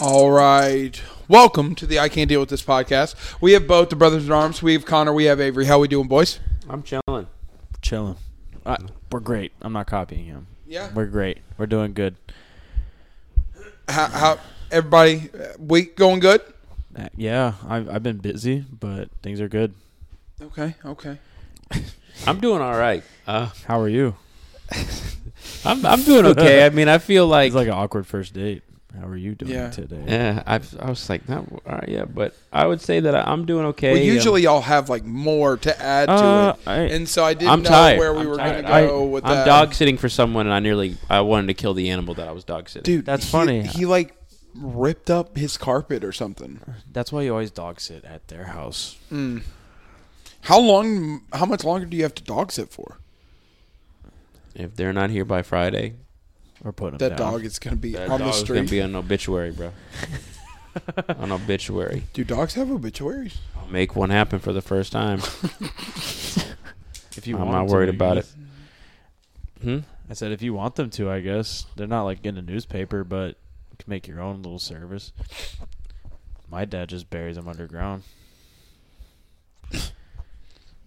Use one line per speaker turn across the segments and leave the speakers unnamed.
All right. Welcome to the I Can't Deal with This podcast. We have both the brothers in arms. We have Connor. We have Avery. How we doing, boys?
I'm chilling.
chilling. I, we're great. I'm not copying him.
Yeah.
We're great. We're doing good.
How, how everybody uh, week going good?
Uh, Yeah, I've, I've been busy, but things are good.
Okay. Okay.
I'm doing all right. Uh,
How are you?
I'm I'm doing okay. I mean, I feel like,
It's like an awkward first date. How are you doing
Yeah.
today?
yeah. I I was like not all right, yeah, but I would say that I, am doing okay.
Well,
Um,
usually y'all have like more to add to
Uh,
it,
I-
and so I didn't
I'm
know
tired.
where we
I'm
were going to
tired.
go with
I'm
that.
dog sitting for someone, and I nearly I wanted to kill the animal that I was dog sitting.
Dude,
That's
he-
funny.
He like ripped up his carpet or something. Hmm.
That's why you always dog sit at their house.
How long? How much longer do you have to dog sit for?
if they're not here by Friday,
Or put them
That
down.
dog is going to be
that
on the
dog's gonna
street.
be an obituary, bro. an obituary.
do dogs have obituaries?
I'll make one happen for the first time.
If you
I'm
want
not
them to,
worried
I
about it.
guess.
Hmm?
I said if you want them to, I guess they're not like in a newspaper, but you can make your own little service. My dad just buries them underground.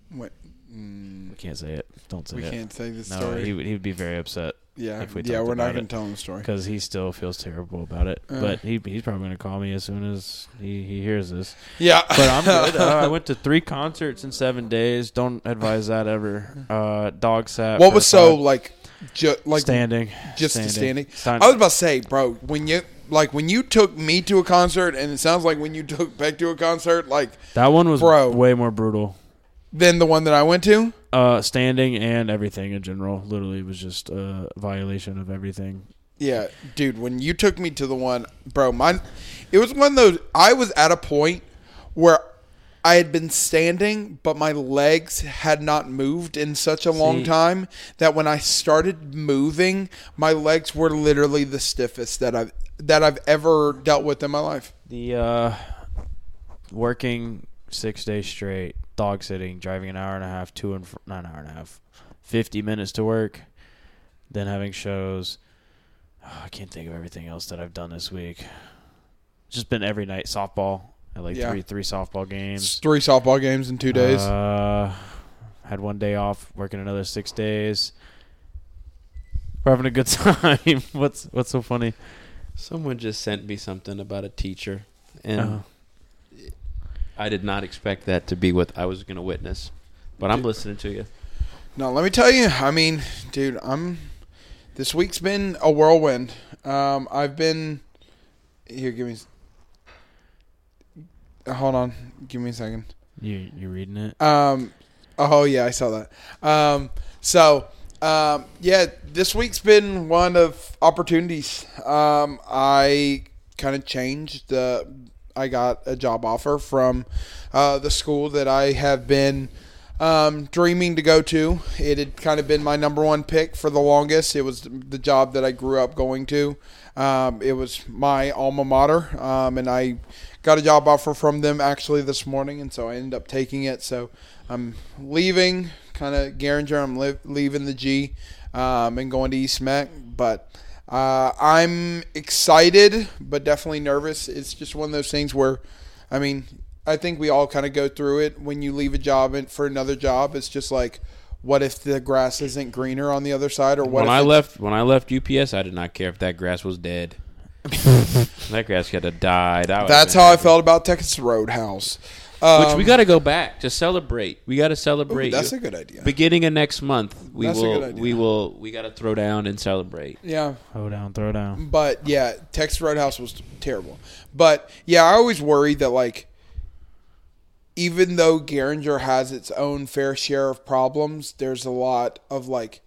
What? Mm,
We can't say it. Don't say
we
it.
can't say this
No,
story.
he would, he would be very upset.
yeah,
if we
yeah,
talked
we're not
about
going
it.
to tell him the story.
because he still feels terrible about it.
Uh.
but he he's probably gonna call me as soon as he, he hears this.
Yeah,
But I'm good. uh, I went to three concerts in seven days. Don't advise that ever. Uh, dog sat.
what
for
was so
five-
like, ju- like
standing?
just the standing.
Stand-
I was about to say, bro, when you like when you took me to a concert, and it sounds like when you took Beck to a concert, like
that one was
Bro.
way more brutal.
then the one that I went to.
Uh, standing and everything in general, literally was just a violation of everything.
Yeah, dude, when you took me to the one, bro, mine, it was one of those. I was at a point where I had been standing, but my legs had not moved in such a long
See-
time that when I started moving, my legs were literally the stiffest that I've that I've ever dealt with in my life.
The uh, working six days straight, dog sitting, driving an hour and a half, two and fr- not an hour and a half, fifty minutes to work, then having shows. Oh, I can't think of everything else that I've done this week. It's just been every night softball. I like
Yeah.
three three softball games.
Three softball games in two days.
Uh, had one day off, working another six days. We're having a good time. what's what's so funny?
Someone just sent me something about a teacher, and
Uh-huh.
Uh,
I did not expect that to be what I was going to witness. But I'm listening to you.
No, let me tell you. I mean, dude, I'm. This week's been a whirlwind. Um, I've been. Here, give me. s- Hold on, give me a second.
you you reading it?
Um, oh yeah, I saw that. Um, so um, yeah, this week's been one of opportunities. Um, I kind of changed. Uh, I got a job offer from uh, the school that I have been um, dreaming to go to. It had kind of been my number one pick for the longest. It was the job that I grew up going to. Um, it was my alma mater, um, and I got a job offer from them actually this morning, and so I ended up taking it. So I'm leaving, kind of Garinger. I'm li- leaving the G um, and going to East Mac, but. Uh, I'm excited, but definitely nervous. It's just one of those things where, I mean, I think we all kind of go through it when you leave a job and for another job. It's just like, what if the grass isn't greener on the other side, or what?
when
if
I
it's-
left, when I left UPS, I did not care if that grass was dead. that grass could have died. I would've
That's
been
how I
happy.
felt about Texas Roadhouse. Um,
Which we got to go back to celebrate. We got to celebrate.
Ooh, that's
You-
a good idea.
Beginning of next month, we
That's a good
will.
idea.
We will. We got to throw down and celebrate.
yeah,
Throw down, throw down.
but yeah, Texas Roadhouse was terrible. But yeah, I always worry that like, even though Garinger has its own fair share of problems, there's a lot of like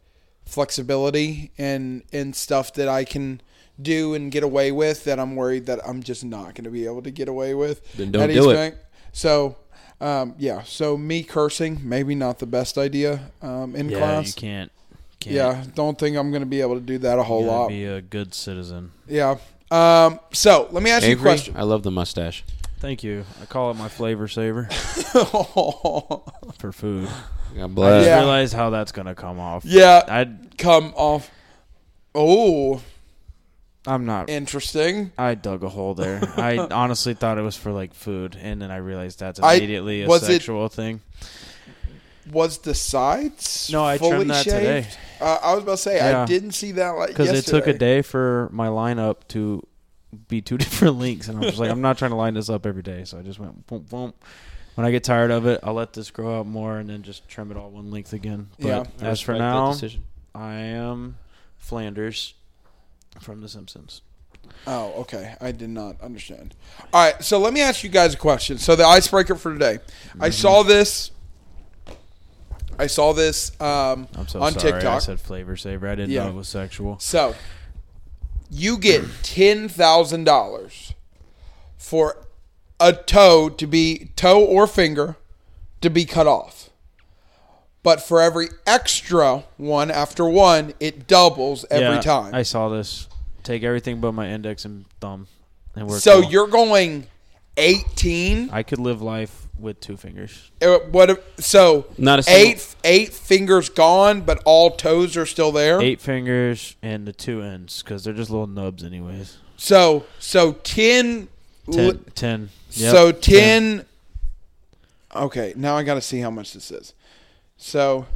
flexibility and and stuff that I can do and get away with that I'm worried that I'm just not going to be able to get away with.
Then don't
at
do
East
it.
Bank. So. Um, yeah, so me cursing maybe not the best idea um, in
Yeah,
class.
you can't. can't
Yeah, don't think I'm going to be able to do that a whole
You gotta
lot.
Be a good citizen.
Yeah. Um, so let me ask you a
Avery,
question.
I love the mustache.
Thank you. I call it my flavor saver for food.
God
I
bless.
just
Yeah.
realized how that's gonna come off.
yeah,
I'd
come off. Oh,
I'm not.
Interesting.
I dug a hole there. I honestly thought it was for like food, and then I realized that's
I-
immediately a
was it-
sexual thing.
Was the sides
No, I
fully
trimmed that
shaved?
today
Uh, I was about to say I
Yeah.
didn't see that like
because
yesterday.
it took a day for my lineup to be two different links, and I'm just like, I'm not trying to line this up every day, so I just went boom, boom. When I get tired of it, I'll let this grow out more, and then just trim it all one length again. But
Yeah.
I
as for
respect that
now,
decision.
I am Flanders from The Simpsons.
Oh, okay. I did not understand. All right, so let me ask you guys a question. So the icebreaker for today, I
Mm-hmm.
saw this. I saw this um,
I'm so
on
sorry. I
TikTok.
said flavor saver. I didn't
Yeah.
know it was sexual.
So you get ten thousand dollars for a toe to be toe or finger to be cut off. But for every extra one after one, it doubles every
Yeah,
time.
I saw this. Take everything but my index and thumb, and we're
so
cool.
you're going eighteen.
I could live life with two fingers.
Uh, What? if- So
Not a single-
eight eight fingers gone, but all toes are still there.
Eight fingers and the two ends because they're just little nubs, anyways.
So so ten.
Ten.
li-
ten. Yep,
so ten, Okay, now I got to see how much this is. So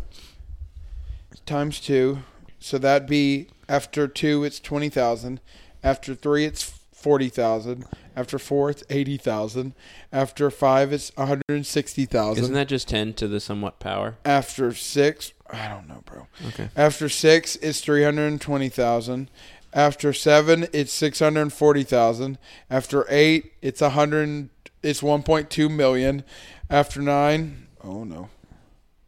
times two. So that'd be after two, it's twenty thousand. After three, it's forty thousand. After four, it's eighty thousand. After five, it's one hundred sixty
Isn't
thousand.
that just 10 to the somewhat power?
After six, I don't know, bro.
Okay.
After six, it's three hundred and twenty thousand. After seven, it's six hundred and forty thousand. After eight, it's a hundred. It's one point two million. After nine, oh no,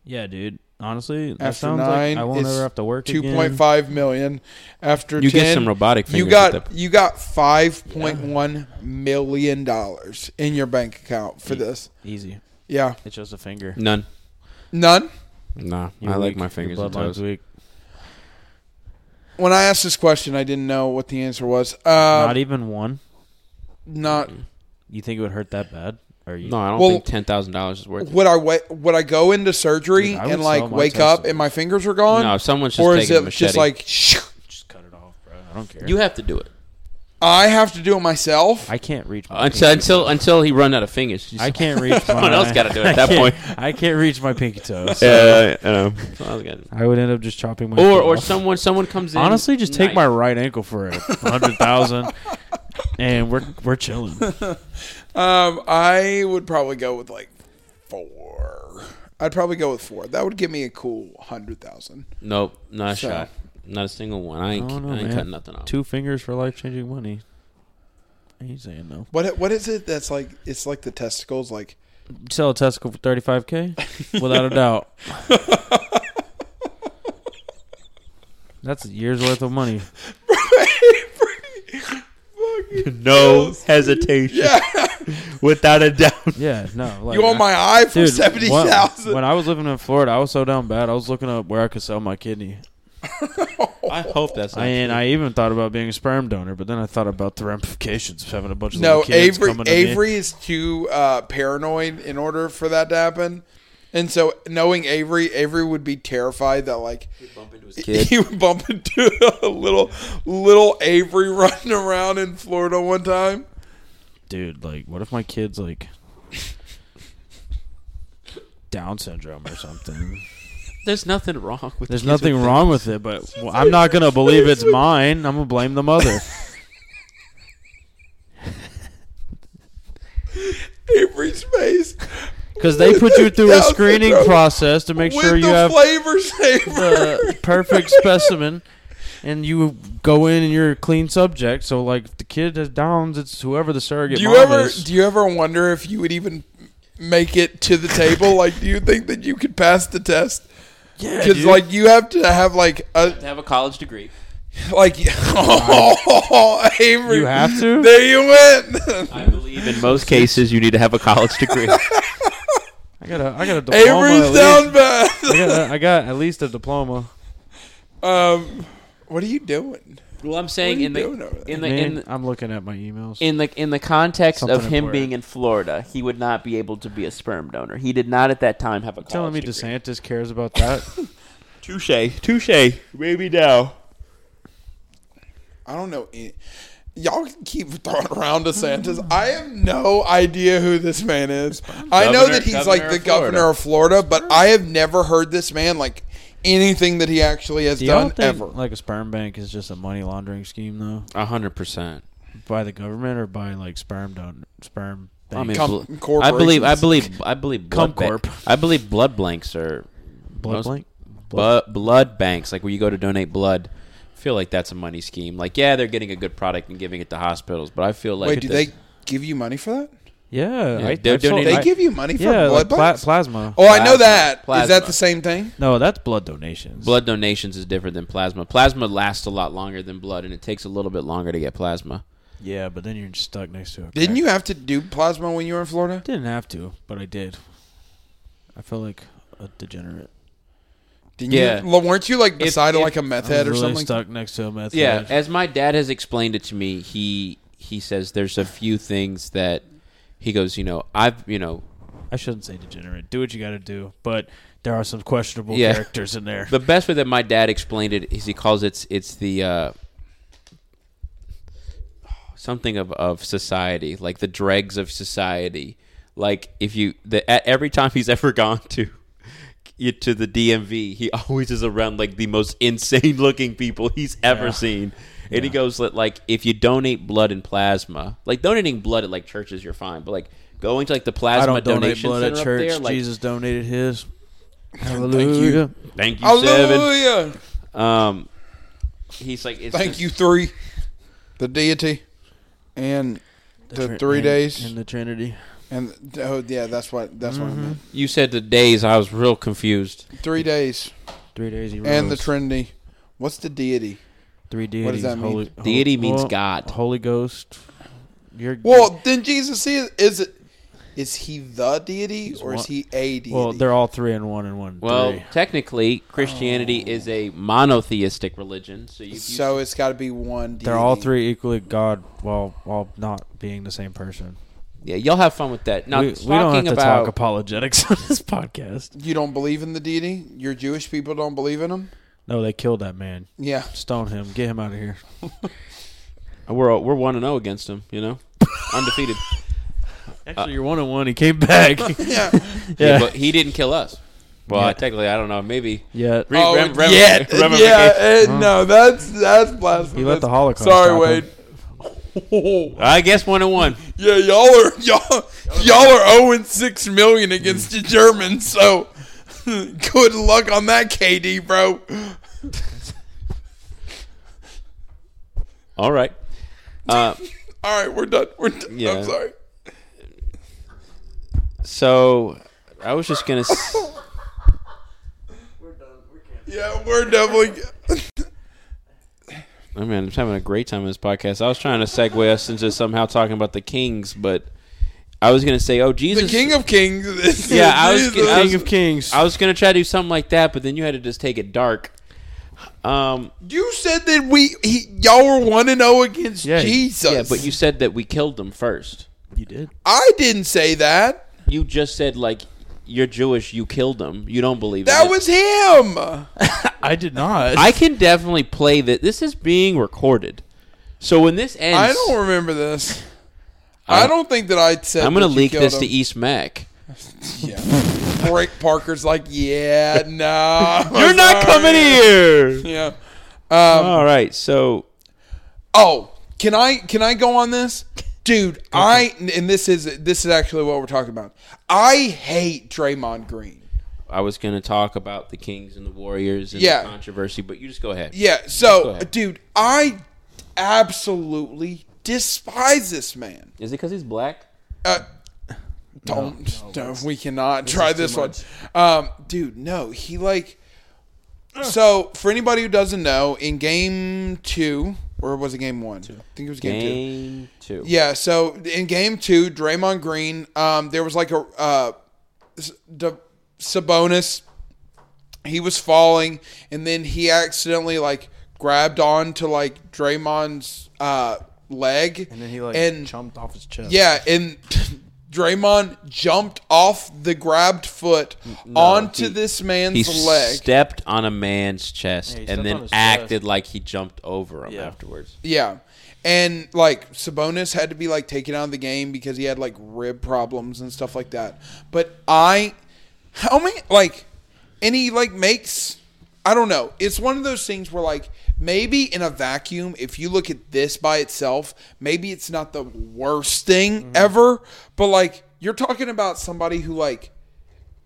Yeah, dude. Honestly, that
After
sounds
nine,
like I won't
it's
ever have to work
two
again.
point five million. After
You
10,
get some robotic fingers.
you
at
got
that-
you got five point one million dollars in your bank account for
Mm.
this.
Easy.
Yeah,
It's just a finger.
none.
none.
Nah,
You're
I like
weak.
my
Your
fingers and
bloodline's
toes.
weak.
When I asked this question, I didn't know what the answer was. Uh,
Not e- even one.
not
You think it would hurt that bad? Or you?
No, I don't
Well-
think ten thousand dollars is worth. it.
Would I wait? Would I go into surgery
Dude, I would
and like
sell my
wake up
testicles.
and my fingers are gone,
No, if someone's just
or is
taking a
it
machete,
just like shoo,
Just cut it off, bro. I don't care.
you have to do it
I have to do it myself?
I can't reach. My
until
pinky
until
toe.
until he run out of fingers.
I can't reach.
Uh, Someone
my-
else gotta do it at
I
that
can't-
point.
I can't reach my pinky toes.
Yeah, I know.
I would end up just chopping my.
Or
foot
or
off.
someone someone comes in.
Honestly, just take
nice.
my right ankle for a hundred thousand, and we're we're chilling.
um, I would probably go with like four. I'd probably go with four. That would give me a cool hundred thousand.
Nope, not a
So.
shot. Not a single one. I ain't,
I don't
I
know,
ain't
man.
cutting nothing off.
Two fingers for life changing money. I ain't saying no.
What what is it that's like? It's like the testicles. Like
Sell a testicle for thirty five k, without a doubt. That's a year's worth of money.
no hesitation.
yeah,
Without a doubt.
Yeah, no. Like,
you want my eye for
Dude,
seventy
when-
thousand?
When I was living in Florida, I was so down bad. I was looking up where I could sell my kidney,
I hope that's not.
I, and
true.
I even thought about being a sperm donor. But then I thought about the ramifications of having a bunch of
No,
little kids
Avery
coming to me.
Avery is too uh, paranoid in order for that to happen. And so, knowing Avery, Avery would be terrified that like
Bump into his
He would bump into a little little Avery running around in Florida one time.
dude, like, what if my kid's like Down syndrome or something?
There's nothing wrong with.
There's
kids
nothing
with
wrong with it, but well, I'm not gonna believe it's mine. I'm gonna blame the mother.
Avery's face
Because they put you through a
Down
screening
syndrome.
process to make
with
sure you
the
have
flavor saver.
the perfect specimen, and you go in and you're a clean subject. So, like, if the kid has Downs, it's whoever the surrogate
do you
mom
ever
is.
do you ever wonder if you would even make it to the table? like, do you think that you could pass the test?
yeah,
Because
dude.
like you have to have like a
To have a college degree.
like oh, Avery.
you have to.
There you went.
I believe in most cases you need to have a college degree.
I got a I got a diploma.
Avery's
at least.
down bad.
I got, I got at least a diploma.
Um, what are you doing?
well, I'm
What
saying
are you
in the
doing over there?
in the
Man,
in the,
I'm looking at my emails.
in the in the context of
Something
him
important.
being in Florida, he would not be able to be a sperm donor. He did not at that time have a college
Telling me
degree.
DeSantis cares about that?
Touche, touche, baby now.
I don't know. any- Y'all keep throwing around DeSantis. I have no idea who this man is. I know
Governor-
that he's
governor
like the
of Florida.
governor of Florida, but I have never heard this man like anything that he actually has
Do y'all
done
think
ever.
like a sperm bank is just a money laundering scheme though,
A hundred percent.
by the government or by like sperm don sperm? Bank?
I mean,
Com-
bl- I believe. I
corporations.
believe. I believe. Blood
Comcorp.
ba- I believe blood blanks are
Blood blank?
Blood. blood banks, like where you go to donate blood. I feel like that's a money scheme. Like, yeah, they're getting a good product and giving it to hospitals, but I feel like
Wait, do
the-
they give you money for that?
yeah,
Yeah,
I,
they're
I've sold-
donating-
They
I-
give you money for
yeah,
blood
like pla-
banks?
plasma.
Oh, I know
Plasma.
that. Is that
Plasma.
the same thing?
No, that's blood donations.
blood donations is different than plasma. Plasma lasts a lot longer than blood, and it takes a little bit longer to get plasma.
Yeah, but then you're just stuck next to it.
Didn't you have to do plasma when you were in Florida?
Didn't have to, but I did. I feel like a degenerate.
Didn't
Yeah.
You, Well, weren't you like
If-
beside
if-
like a meth
I'm
head or
really
something?
stuck next to a meth
Yeah,
head.
as my dad has explained it to me, he he says there's a few things that he goes, you know, I've you know,
I shouldn't say degenerate. Do what you got to do, but there are some questionable
Yeah.
characters in there.
the best way that my dad explained it is he calls it it's the uh, something of of society, like the dregs of society. Like if you the at every time he's ever gone to you- to the DMV, he always is around like the most insane looking people he's ever
Yeah.
seen. And he goes li- like if you donate blood and plasma, like donating blood at like churches, you're fine. But like going to like the plasma
I don't donate
donation
blood at
center up
church.
there, like
Jesus donated his.
Hallelujah.
thank you seven.
Hallelujah!
Um, he's like it's
Thank
just-
you, three, the deity, and the, three days,
in the Trinity.
and, oh yeah, that's what that's what I meant.
Mm-hmm.
You said the days. I was real confused.
Three days
Three days. He
and the
rose.
Trinity. What's the deity?
Three deities.
What does that mean?
Holy,
Deity
hol-
means
well,
God.
Holy Ghost. You're,
Well, then Jesus is is it is he the deity or is
one-
he a deity?
well, they're all three and one and one.
Well,
three. Oh.
technically, Christianity is a monotheistic religion. So you, you
so it's got to be one. Deity.
They're all three equally God while while not being the same person.
yeah, y'all have fun with that. Now
we, we
talking
don't have to
about
talk apologetics on this podcast.
You don't believe in the deity. Your Jewish people don't believe in him.
No, they killed that man.
Yeah.
Stone him. Get him out of here.
we're we're one and zero against him. You know, undefeated.
Actually, you're one on one. He came back.
Yeah.
yeah.
Yeah.
but he didn't kill us. Well,
Yeah.
technically, I don't know. Maybe.
yeah.
Re-
oh,
rem- rem-
yeah,
rem-
yeah. eh, no, that's that's blasphemy.
He let the Holocaust
Sorry,
stop
Wade.
him.
I guess one and one.
Yeah, y'all are y'all y'all are zero and six million against the Germans. So good luck on that, KD, bro.
All right. Uh,
All right, we're done. We're done.
Yeah.
I'm sorry.
so I was just gonna. S-
Yeah, we're definitely.
I mean, I'm having a great time in this podcast. I was trying to segue us into somehow talking about the Kings, but I was gonna say, oh
The
Jesus,
King of Kings. is-
Yeah, I was
Jesus.
kidding. I
King of Kings.
I was gonna try to do something like that, but then you had to just take it dark. Um,
You said that we he, y'all were one and zero against
Yeah.
Jesus.
yeah, but you said that we killed them first.
you did.
I didn't say that.
You just said like you're Jewish, you killed them. You don't believe in
That
it.
was him.
I did not.
I can definitely play that. This is being recorded, so when this ends,
I don't remember this. I don't think that I said.
I'm gonna
that you
leak
killed
this
him.
to East Mac.
Yeah. Rick Parker's like, yeah, nah. I'm
You're not
sorry."
coming here.
Yeah. Um,
All right, so
oh, can I can I go on this, dude? I and this is this is actually what we're talking about. I hate Draymond Green.
I was going to talk about the Kings and the Warriors and
Yeah.
the controversy, but you just go ahead.
Yeah. So,
ahead.
dude, I absolutely despise this man.
Is it because he's black?
Uh, don't. no, we cannot try this one. Um, dude, no. He like. So for anybody who doesn't know, in game two or was it game one? I think it was game two.
Game two.
Yeah, so in game two, Draymond Green, um, there was like a uh, S- D- Sabonis. He was falling, and then he accidentally like grabbed on to like Draymond's uh, leg,
And then he like
and
chomped off his chest.
yeah, and Draymond jumped off the grabbed foot onto
Mm, he-
this man's
He
leg.
stepped on a man's chest
Yeah, he stepped
and
on
then
his
acted
chest.
like he jumped over him
Yeah.
afterwards.
yeah. And like Sabonis had to be like taken out of the game because he had like rib problems and stuff like that. But I how many like and he like makes I don't know. It's one of those things where like maybe in a vacuum if you look at this by itself, maybe it's not the worst thing
Mm-hmm.
ever, but like you're talking about somebody who like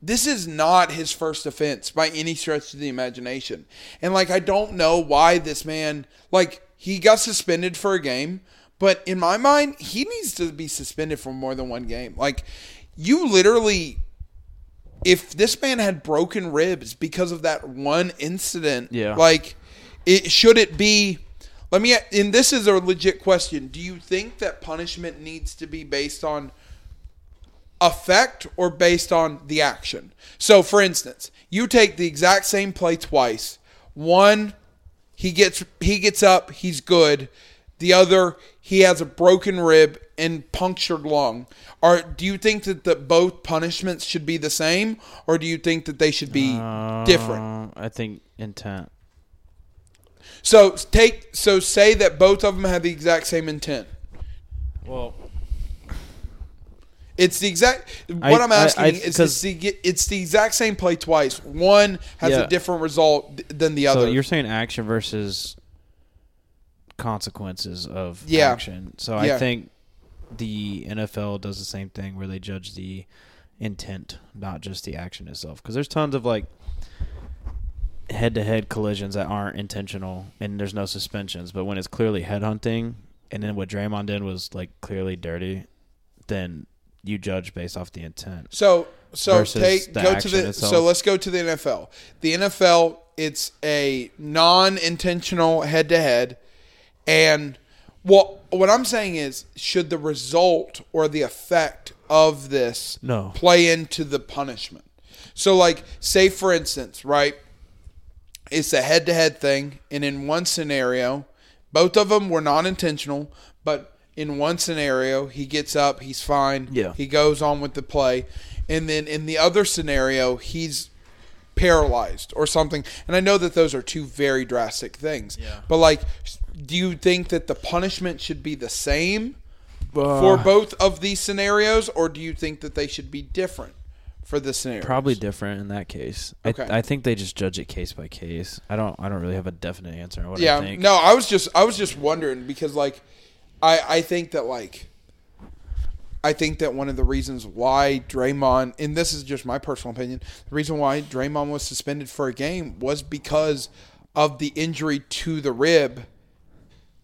this is not his first offense by any stretch of the imagination. And like I don't know why this man like he got suspended for a game, but in my mind he needs to be suspended for more than one game. Like you literally if this man had broken ribs because of that one incident,
Yeah.
like it should it be let me and this is a legit question. Do you think that punishment needs to be based on effect or based on the action. So, for instance, you take the exact same play twice. One, he gets he gets up, he's good. The other, he has a broken rib and punctured lung. Or do you think that the, both punishments should be the same, or do you think that they should be different?
Uh, I think intent.
So take so say that both of them have the exact same intent.
Well,
It's the exact.
I-
What I, am
I-
asking
I-
is,
'cause-
it's the, it's the exact same play twice. One has
Yeah.
a different result th- than the other.
so you're saying action versus consequences of
Yeah.
action. So
Yeah.
I think the NFL does the same thing where they judge the intent, not just the action itself. Because there's tons of like head-to-head collisions that aren't intentional, and there's no suspensions. But when it's clearly headhunting, and then what Draymond did was like clearly dirty, then you judge based off the intent.
so so
versus
take
the
go to
action
the
itself.
so let's go to the NFL. The NFL it's a non-intentional head-to-head, and well, what I'm saying is, should the result or the effect of this
No.
play into the punishment? So, like, say for instance, right? it's a head to head thing. And in one scenario, both of them were non intentional, but in one scenario, he gets up, he's fine.
Yeah.
He goes on with the play. And then in the other scenario, he's paralyzed or something. And I know that those are two very drastic things.
Yeah.
But, like, do you think that the punishment should be the same for both of these scenarios, or do you think that they should be different for the scenario?
Probably different in that case.
Okay.
I, I think they just judge it case by case. I don't. I don't really have a definite answer. On what I
yeah
think.
no i was just i was just wondering because like i i think that like I think that one of the reasons why Draymond, and this is just my personal opinion, the reason why Draymond was suspended for a game was because of the injury to the rib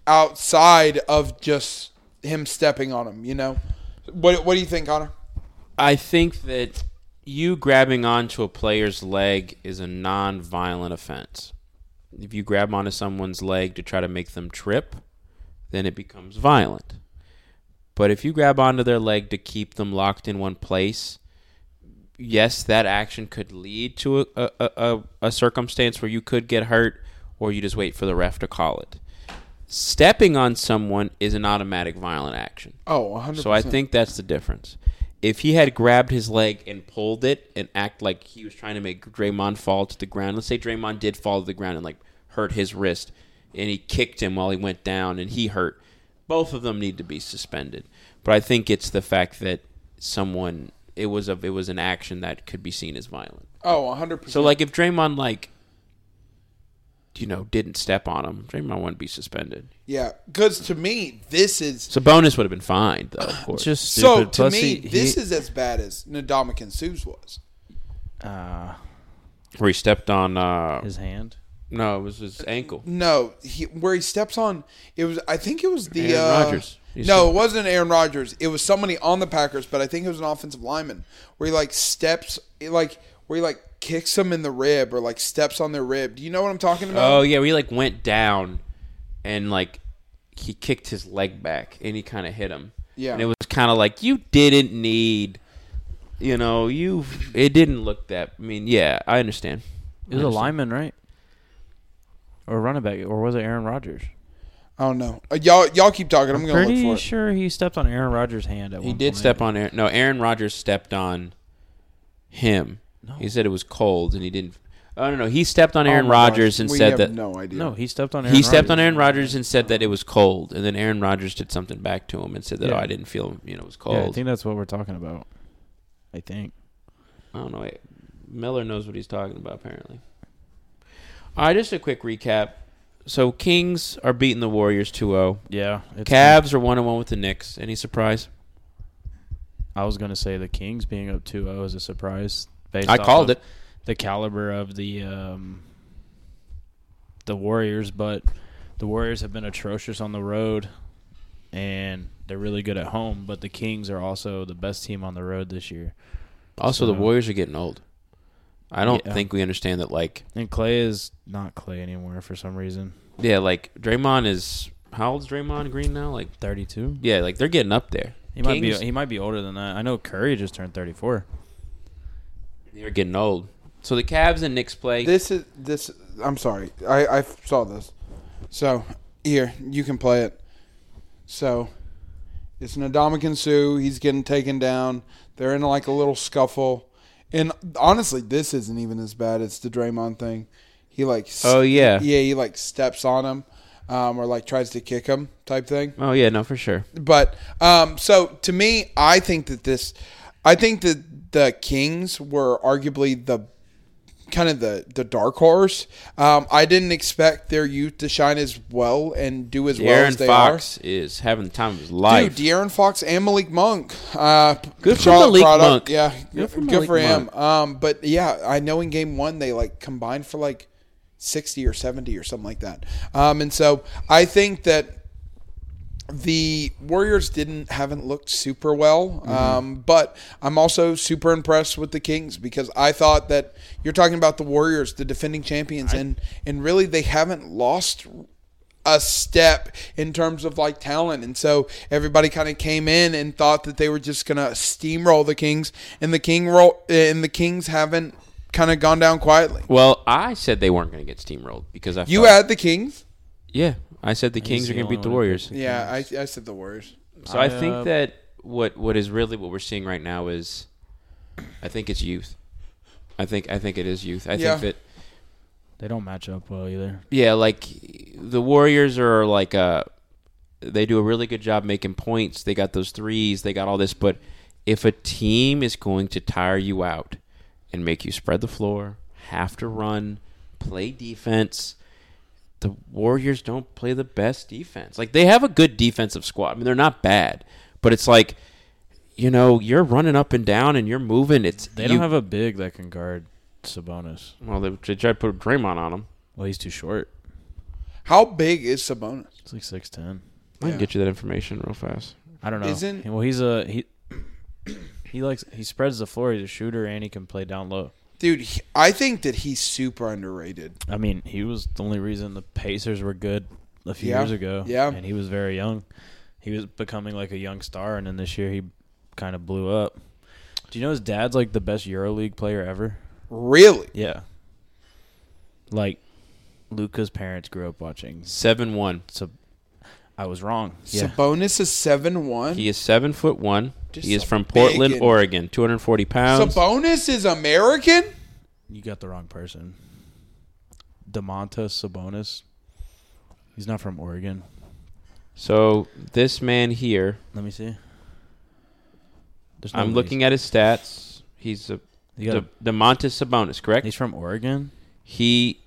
outside of just him stepping on him, you know? What, what do you think, Connor?
I think that you grabbing onto a player's leg is a non-violent offense. If you grab onto someone's leg to try to make them trip, then it becomes violent. But if you grab onto their leg to keep them locked in one place, yes, that action could lead to a, a, a, a circumstance where you could get hurt or you just wait for the ref to call it. Stepping on someone is an automatic violent action.
Oh, 100%.
So I think that's the difference. If he had grabbed his leg and pulled it and act like he was trying to make Draymond fall to the ground, let's say Draymond did fall to the ground and like hurt his wrist, and he kicked him while he went down and he hurt. Both of them need to be suspended. But I think it's the fact that someone it was a it was an action that could be seen as violent.
Oh, 100%.
So like if Draymond like you know didn't step on him, Draymond wouldn't be suspended.
yeah. Because to me, this is
So bonus would have been fined though. Of course.
It's just stupid.
So to
Plus,
me,
he-
this
he-
is as bad as Ndamukong Sue's was.
uh,
where he stepped on uh
his hand.
no it was his ankle
No, he, where he steps on it was. I think it was the
Aaron
uh,
Rodgers. You
No,
said-
it wasn't Aaron Rodgers. It was somebody on the Packers, but I think it was an offensive lineman where he like steps, it, like where he like kicks them in the rib or like steps on their rib. Do you know what I'm talking about?
oh yeah we like went down and like he kicked his leg back and he kind of hit him
Yeah.
and it was kind of like you didn't need you know you it didn't look that i mean yeah i understand
It was a lineman, right? Or running back, or was it Aaron Rodgers?
I don't know. Uh, y'all, y'all keep talking. I'm, gonna look
Pretty
for it. Oh
sure he stepped on Aaron Rodgers' hand at
He
one
did
point.
step on Aaron. No, Aaron Rodgers stepped on him. He said it was cold and he didn't. Oh no, no, he stepped on
Oh
Aaron
my gosh,
Rodgers and
we
said
have
that
No idea.
No, he stepped on Aaron.
he stepped on
Rodgers.
Aaron Rodgers and said that it was cold, and then Aaron Rodgers did something back to him and said that
Yeah.
oh I didn't feel you know it was
Yeah, I
cold.
think that's what we're talking about. I think.
I don't know. Wait. Miller knows what he's talking about, apparently. All right, just a quick recap. So, Kings are beating the Warriors 2 0.
Yeah. It's
Cavs are 1 1 with the Knicks. Any surprise?
I was gonna say the Kings being up 2-0 is a surprise. Based
I
off
called
of
it.
The caliber of the um, the Warriors, but the Warriors have been atrocious on the road, and they're really good at home. But the Kings are also the best team on the road this year.
Also, the
So-
Warriors are getting old. I don't
Yeah.
think we understand that, like,
And Clay is not Clay anymore for some reason.
yeah, like, Draymond is. How old's Draymond Green now? Like,
Thirty-two.
yeah, like, they're getting up there.
He might be.
Kings,
He might be older than that. I know Curry just turned thirty-four.
They're getting old. So, the Cavs and Knicks play.
This is this. I'm sorry. I I saw this. So here you can play it. So it's Nadamakan Sue. He's getting taken down. They're in like a little scuffle. And honestly, this isn't even as bad as the Draymond thing. He like s-
oh, yeah.
yeah he like steps on him, um, or like tries to kick him type thing.
Oh, yeah, no, for sure.
But um, so to me, I think that this, I think that the Kings were arguably the kind of the the dark horse. Um, I didn't expect their youth to shine as well and do as well
Aaron
as they
Fox is having the time of his
are.
life.
Dude, De'Aaron Fox and Malik Monk. Uh,
Good for
Charlotte
Malik
product.
Monk.
Yeah,
Good
good
for
for,
Malik
him. Um, but yeah, I know in game one they like combined for like sixty or seventy or something like that. Um, and so I think that the Warriors didn't haven't looked super well, um, but I'm also super impressed with the Kings because I thought that you're talking about the Warriors, the defending champions, and and really they haven't lost a step in terms of like talent, and so everybody kind of came in and thought that they were just gonna steamroll the Kings, and the King roll and the Kings haven't kind of gone down quietly.
Well, I said they weren't going to get steamrolled because I
You
felt-
had the Kings,
yeah, I said the Kings
the
are going to
only
beat the
one who
Warriors.
picked
yeah, I, I said the Warriors.
So I,
I,
think
uh,
that what what is really what we're seeing right now is, I think it's youth. I think I think it is youth. I
Yeah.
think that
They don't match up well either.
yeah, like the Warriors are like uh they do a really good job making points. They got those threes. They got all this, but if a team is going to tire you out and make you spread the floor, have to run, play defense, the Warriors don't play the best defense. Like they have a good defensive squad. I mean, they're not bad, but it's like you know, you're running up and down and you're moving. It's
They
you-
don't have a big that can guard Sabonis.
well, they, they tried to put Draymond on him.
Well, he's too short.
How big is Sabonis?
He's like six ten.
I
Yeah.
can get you that information real fast.
I don't know.
Isn't-
well he's a he. He likes he spreads the floor. He's a shooter and he can play down low.
Dude, he- I think that he's super underrated.
I mean, he was the only reason the Pacers were good a few
Yeah,
years ago.
yeah.
and he was very young. He was becoming like a young star, and then this year he kind of blew up. Do you know his dad's like the best EuroLeague player ever?
Really?
Yeah. Like Luca's parents grew up watching.
Seven one.
So I was wrong. Yeah.
Sabonis is 7 1.
He is seven foot one.
Just
he is
a
from Portland,
big and-
Oregon. Two hundred forty pounds.
Sabonis is American?
You got the wrong person. DeMontis Sabonis. He's not from Oregon.
so this man here,
Let me see. There's no
I'm
way
looking at his stats. He's a
he's, you got-
De- Demontis Sabonis, correct?
he's from Oregon.
he,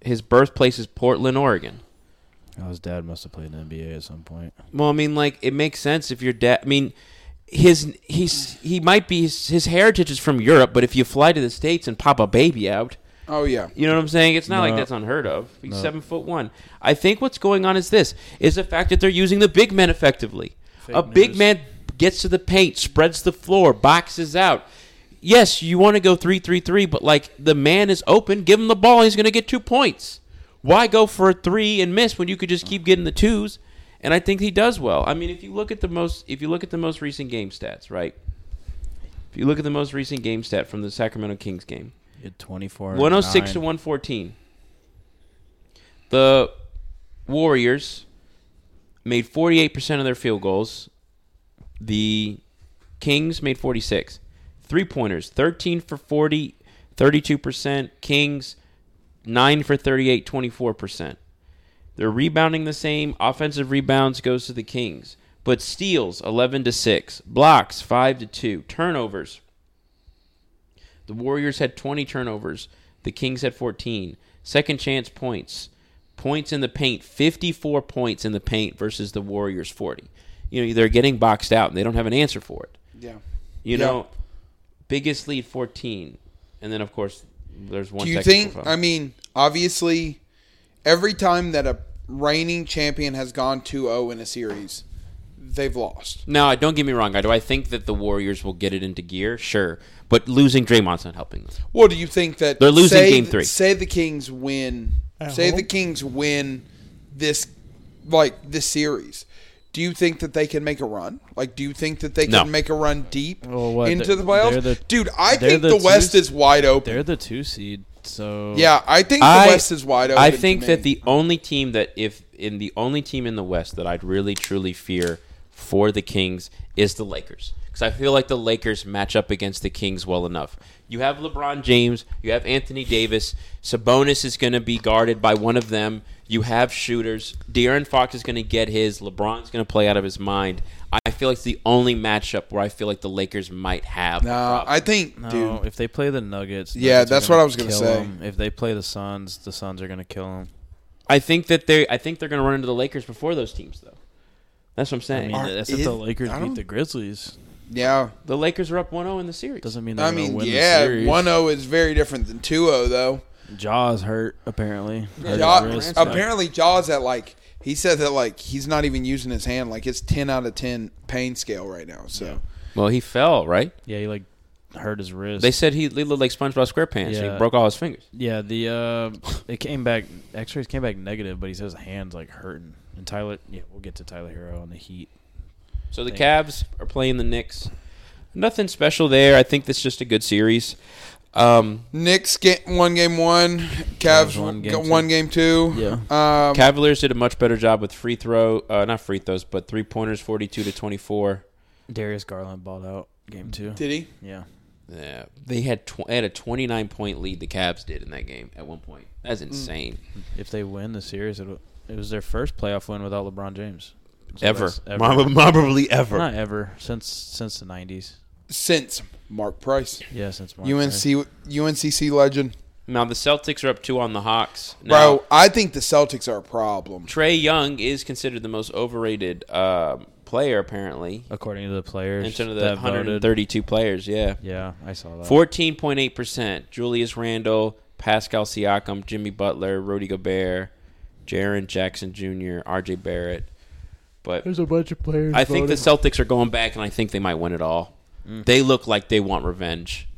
his birthplace is Portland, Oregon.
Oh, his dad must have played in the NBA at some point.
Well, I mean, like it makes sense if your dad. I mean, his he's he might be his, his heritage is from Europe, but if you fly to the states and pop a baby out,
Oh, yeah.
You know what I'm saying? It's not like
No.
that's unheard of. He's
No.
seven foot one. I think what's going on is this: is the fact that they're using the big men effectively.
Fake
a big
news.
man gets to the paint, spreads the floor, boxes out. Yes, you want to go three three three, but like the man is open, give him the ball, he's going to get two points. Why go for a three and miss when you could just keep getting the twos? And I think he does well. I mean, if you look at the most, if you look at the most recent game stats, right? If you look at the most recent game stat from the Sacramento Kings game,
He had 24. and
106 to
nine.
114. The Warriors made 48% of their field goals. The Kings made 46. Three pointers, 13 for 40, 32%. Kings, 9 for 38, 24%. They're rebounding the same. Offensive rebounds goes to the Kings. But steals 11 to 6, blocks 5 to 2, turnovers. The Warriors had 20 turnovers, the Kings had 14. Second chance points. Points in the paint, 54 points in the paint versus the Warriors 40. You know, they're getting boxed out and they don't have an answer for it.
Yeah.
You
Yeah.
know, biggest lead 14. And then of course there's one
Do you
technical
think?
foul.
I mean, obviously, every time that a reigning champion has gone 2-0 in a series, they've lost.
Now, don't get me wrong. I Do I think that the Warriors will get it into gear? Sure, but losing Draymond's not helping them.
Well, do you think that
They're losing
say
game
th-
three.
Say the Kings win.
At
say the
home?
Kings win this, like this series. Do you think that they can make a run? Like, do you think that they can
No.
make a run deep
Well, Oh, what,
into
they're-
the
they're
playoffs?
the-
Dude, I
they're
think
the
the West
two-
is wide
They're
open.
the two seed, so
Yeah, I think
I-
the West is wide open.
I
to
think
me.
that the only team that if in the only team in the West that I'd really truly fear for the Kings is the Lakers because I feel like the Lakers match up against the Kings well enough. You have LeBron James, you have Anthony Davis, Sabonis is going to be guarded by one of them. You have shooters. De'Aaron Fox is going to get his. LeBron's going to play out of his mind. I feel like it's the only matchup where I feel like the Lakers might have. a
no,
problem.
I think
No,
dude.
if they play the Nuggets,
Yeah,
Nuggets are
that's
gonna
what I was gonna
kill
say.
'em. If they play the Suns, the Suns are gonna kill them.
I think that they. I think they're going to run into the Lakers before those teams, though. That's what I'm
I
saying.
mean,
Are-
that's if
is-
the Lakers
I
beat
don't-
the Grizzlies.
Yeah,
the Lakers are up 1-0 in the series.
Doesn't mean they're
I
gonna
mean,
win the
yeah,
series.
one zero is very different than 2-0, though.
Jaws hurt apparently. Hurt
Jaw,
his wrist.
apparently, Jaws at like he said that like he's not even using his hand. Like it's ten out of ten pain scale right now. So
Well, he fell, right?
yeah, he like hurt his wrist.
They said he, he looked like SpongeBob SquarePants. He
Yeah.
broke all his fingers.
Yeah, the uh, it came back. X-rays came back negative, but he says hands like hurting. And Tyler, yeah, we'll get to Tyler Hero on the Heat.
So the
Thank
Cavs are playing the Knicks. Nothing special there. I think that's just a good series. Um,
Knicks get one game one, Cavs one
one game
game,
two.
one game two.
Yeah.
Um,
Cavaliers did a much better job with free throw, uh, not free throws, but three pointers, forty-two to twenty-four.
Darius Garland balled out game two.
did he?
Yeah,
Yeah, they had tw- they had a twenty-nine point lead. The Cavs did in that game at one point. That's
Mm.
insane.
if they win the series, it, it was their first playoff win without LeBron James. So
Ever.
that's ever.
Prob- probably ever.
not ever since since the nineties.
Since Mark Price,
Yeah, since Mark
UNC
Price.
UNCC legend,
Now the Celtics are up two on the Hawks. Now,
bro. I think the Celtics are a problem.
Trey Young is considered the most overrated um player, apparently,
according to the players
in terms of the
that voted.
132 players. Yeah,
Yeah, I saw that.
14.8 percent. Julius Randle, Pascal Siakam, Jimmy Butler, Rudy Gobert, Jaron Jackson Jr., R.J. Barrett. But
There's a bunch of players.
I think the
voted.
Celtics are going back, and I think they might win it all. They look like they want revenge,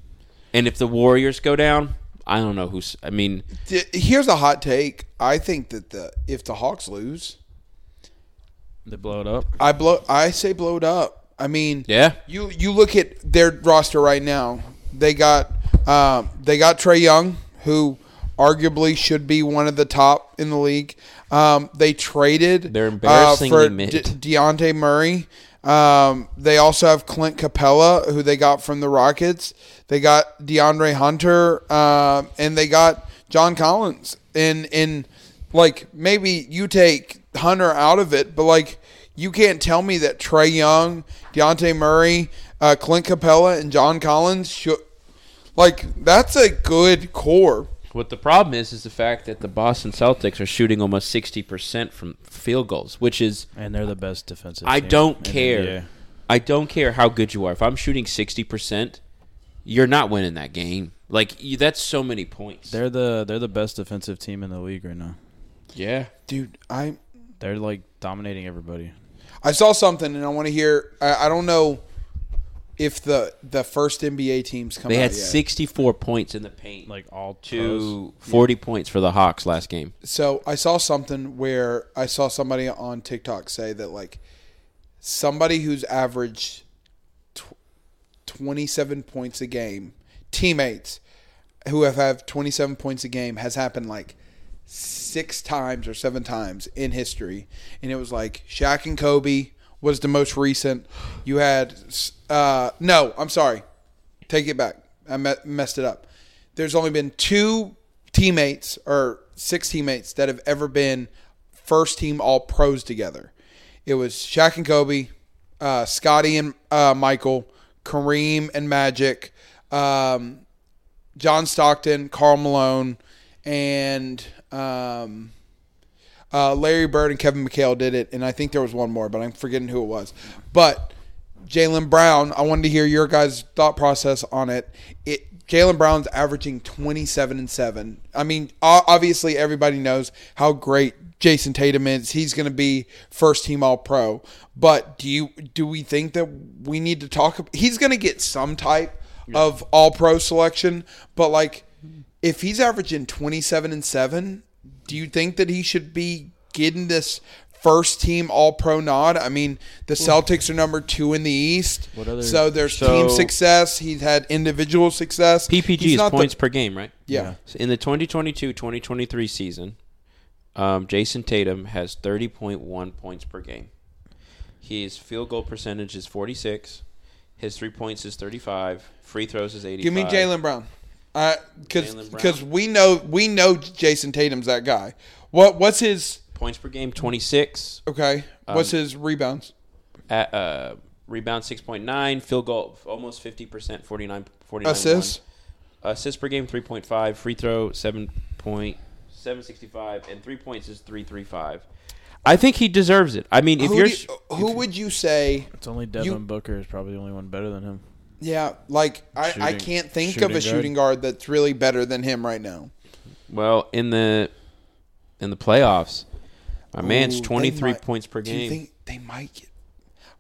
and if the Warriors go down, I don't know who's. I mean,
D- Here's a hot take. I think that the if the Hawks lose,
They blow it up.
I blow. I say blow it up. I mean,
yeah,
You you look at their roster right now. They got um, they got Trey Young, who arguably should be one of the top in the league. Um, they traded.
They're
uh,
embarrassingly
for
mid.
De- Deontay Murray. Um, they also have Clint Capella, who they got from the Rockets. They got DeAndre Hunter, um, and they got John Collins. And in like maybe you take Hunter out of it, but like you can't tell me that Trey Young, Deontay Murray, uh, Clint Capella, and John Collins should like that's a good core.
What the problem is is the fact that the Boston Celtics are shooting almost sixty percent from field goals, which is
And they're the best defensive.
I
team
don't
in the
care.
NBA.
I don't care how good you are. If I'm shooting sixty percent, you're not winning that game. Like you, that's so many points.
They're the they're the best defensive team in the league right now.
yeah,
Dude, I
They're like dominating everybody.
I saw something and I want to hear. I, I don't know if the the first NBA teams come.
they
out
had
yet.
sixty four points in the paint,
Like all two.
to forty points for the Hawks last game.
So I saw something where I saw somebody on TikTok say that like somebody who's averaged tw- twenty seven points a game, teammates who have have twenty seven points a game has happened like six times or seven times in history, and it was like Shaq and Kobe was the most recent. You had uh, no, I'm sorry, take it back. I me- messed it up. There's only been two teammates or six teammates that have ever been first team All Pros together. It was Shaq and Kobe, uh, Scotty and uh, Michael, Kareem and Magic, um, John Stockton, Carl Malone, and um, uh, Larry Bird and Kevin McHale did it. And I think there was one more, but I'm forgetting who it was. But Jalen Brown, I wanted to hear your guys' thought process on it. It Jalen Brown's averaging 27 and seven. I mean, o- obviously everybody knows how great Jason Tatum is. He's going to be first team All Pro. But do you do we think that we need to talk? ab- He's going to get some type of all pro selection, but like if he's averaging 27 and 7, do you think that he should be getting this first team all pro nod? I mean, the Celtics are number 2 in the East.
What other-
so there's
So-
team success, he's had individual success.
PPG
He's
is
not the-
points per game, right?
yeah.
So In the 2022-2023 season, um, Jason Tatum has 30.1 points per game. His field goal percentage is 46. His three points is 35. Free throws is 85.
Give me Jalen Brown. Uh, cuz
Jaylen Brown.
cuz we know we know Jason Tatum's that guy. What what's his
Points per game, 26.
okay? What's
Um,
his rebounds?
At, uh, rebound, 6.9. Field goal, almost 50%, 49. 49
Assists?
Assists per game, 3.5. Free throw, 7.765. And three points is 335. I think he deserves it. I mean, if
who
you're...
do you- who would you say
It's only Devin Booker is probably the only one better than him.
Yeah, like I, I
Shooting-
can't think of
shooting
a
guard.
shooting guard that's really better than him right now.
Well, in the in the playoffs, my man's
Ooh, they
twenty three
might-
points per
Do you
game.
think they might get?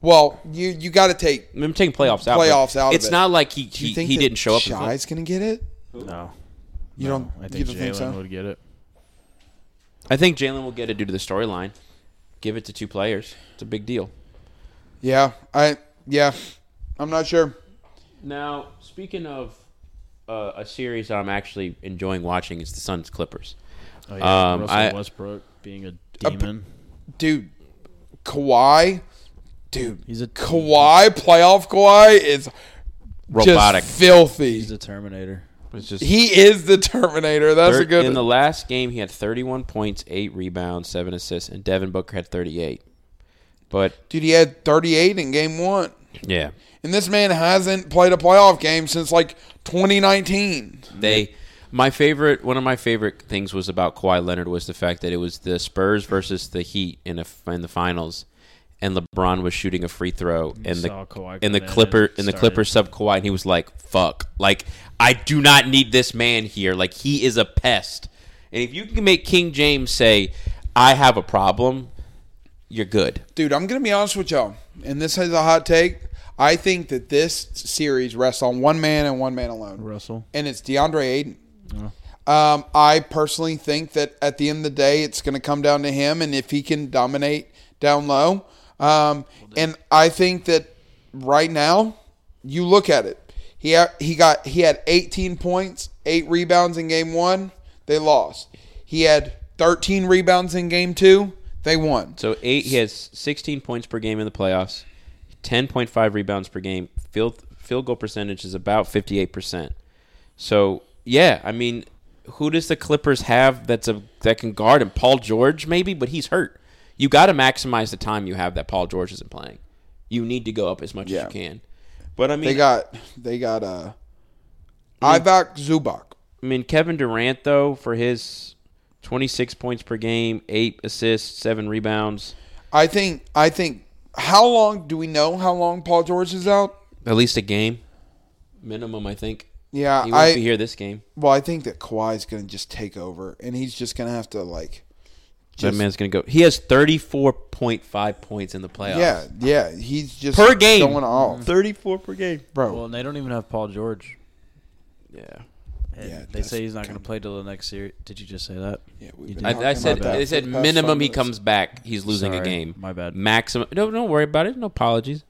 Well, you you got to take.
I'm taking playoffs out. but
Playoffs out of
It's
it.
not like he
Do you
he,
think
he
that
didn't show up. and play.
Shy's gonna get it.
No,
You don't.
I
you
think
don't think so?
Jalen would get it.
I think Jalen will get it due to the storyline. Give it to two players. It's a big deal.
Yeah, I yeah, I'm not sure.
Now, speaking of uh, a series I'm actually enjoying watching, it's the Suns Clippers.
Oh, yeah.
Um,
Russell
I-
Westbrook being a demon.
Dude, Kawhi, dude,
He's a
Kawhi playoff Kawhi is
Robotic.
just filthy.
He's a Terminator.
It's just
he is the Terminator. That's a
thir-
good.
in the last game he had thirty one points, eight rebounds, seven assists, and Devin Booker had thirty eight. But
dude, he had 38 in game one.
yeah,
And this man hasn't played a playoff game since like 2019.
They, my favorite, one of my favorite things was about Kawhi Leonard was the fact that it was the Spurs versus the Heat in a, in the finals, and LeBron was shooting a free throw, and the
saw Kawhi
and the
come in
Clipper
and
and the
started-
Clipper sub Kawhi, and he was like, "Fuck, like I do not need this man here. Like he is a pest." And if you can make King James say, "I have a problem," you're good.
Dude, I'm going to be honest with y'all. And this is a hot take. I think that this series rests on one man and one man alone.
Russell.
And it's DeAndre Aiden. Um, I personally think that at the end of the day, it's going to come down to him. And if he can dominate down low. Um, and I think that right now, you look at it. He, ha- he got he had 18 points, eight rebounds in game one. They lost. He had 13 rebounds in game two. They won.
So eight, he has 16 points per game in the playoffs, 10.5 rebounds per game. Field field goal percentage is about 58 percent. So yeah, I mean, who does the Clippers have that's a that can guard him? Paul George maybe, but he's hurt. You got to maximize the time you have that Paul George isn't playing. You need to go up as much
Yeah.
as you can. But I mean,
They got they got uh Ivac Zubac.
I mean, Kevin Durant though for his 26 points per game, eight assists, seven rebounds,
I think I think how long do we know how long Paul George is out?
at least a game minimum, I think.
Yeah,
He won't
I
be here this game.
well I think that Kawhi's gonna just take over and he's just gonna have to like
that man's gonna go. He has thirty four point five points in the playoffs.
Yeah, yeah. He's just
per game. Mm-hmm.
going off.
Thirty four per game.
Bro.
Well, and they don't even have Paul George.
Yeah.
And
Yeah,
they
that's
say he's not going to play till the next series. Did you just say that?
yeah,
you
we've
did.
been
I,
talking
I said
about
they
that
said
for the past
minimum
five
he
minutes.
comes back, he's losing a
Sorry,
game.
my bad.
Maximum. No, don't worry about it. No apologies.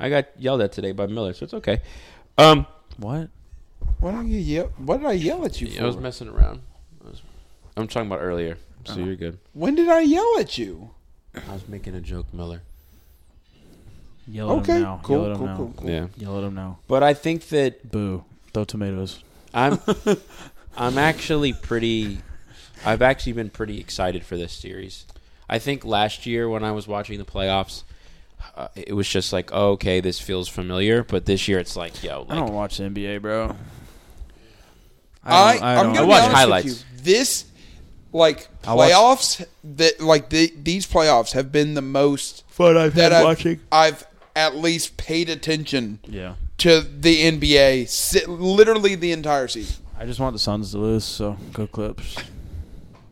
I got yelled at today by Miller, so it's okay. Um,
What?
What are you yell what did I yell at you
I was
for?
messing around. I was, I'm talking about earlier. so you're good.
When did I yell at you?
I was making a joke, Miller.
Yell at
okay,
him now.
cool,
Yell at him
cool,
now.
cool, cool.
Yeah,
Yell at him now.
but I think that
Boo. Throw tomatoes.
I'm I'm actually pretty I've actually been pretty excited for this series. I think last year when I was watching the playoffs uh, it was just like, oh, okay, this feels familiar, but this year it's like, yo,
I
like
don't watch the NBA, bro.
I,
don't-
I am
don't-
gonna
I
be
watch
honest
highlights.
With you. This like
I watch-
playoffs that like the, these playoffs have been the most
fun I've
that I've, I've at least paid attention
Yeah,
to the NBA si- literally the entire season.
I just want the Suns to lose. So go Clips.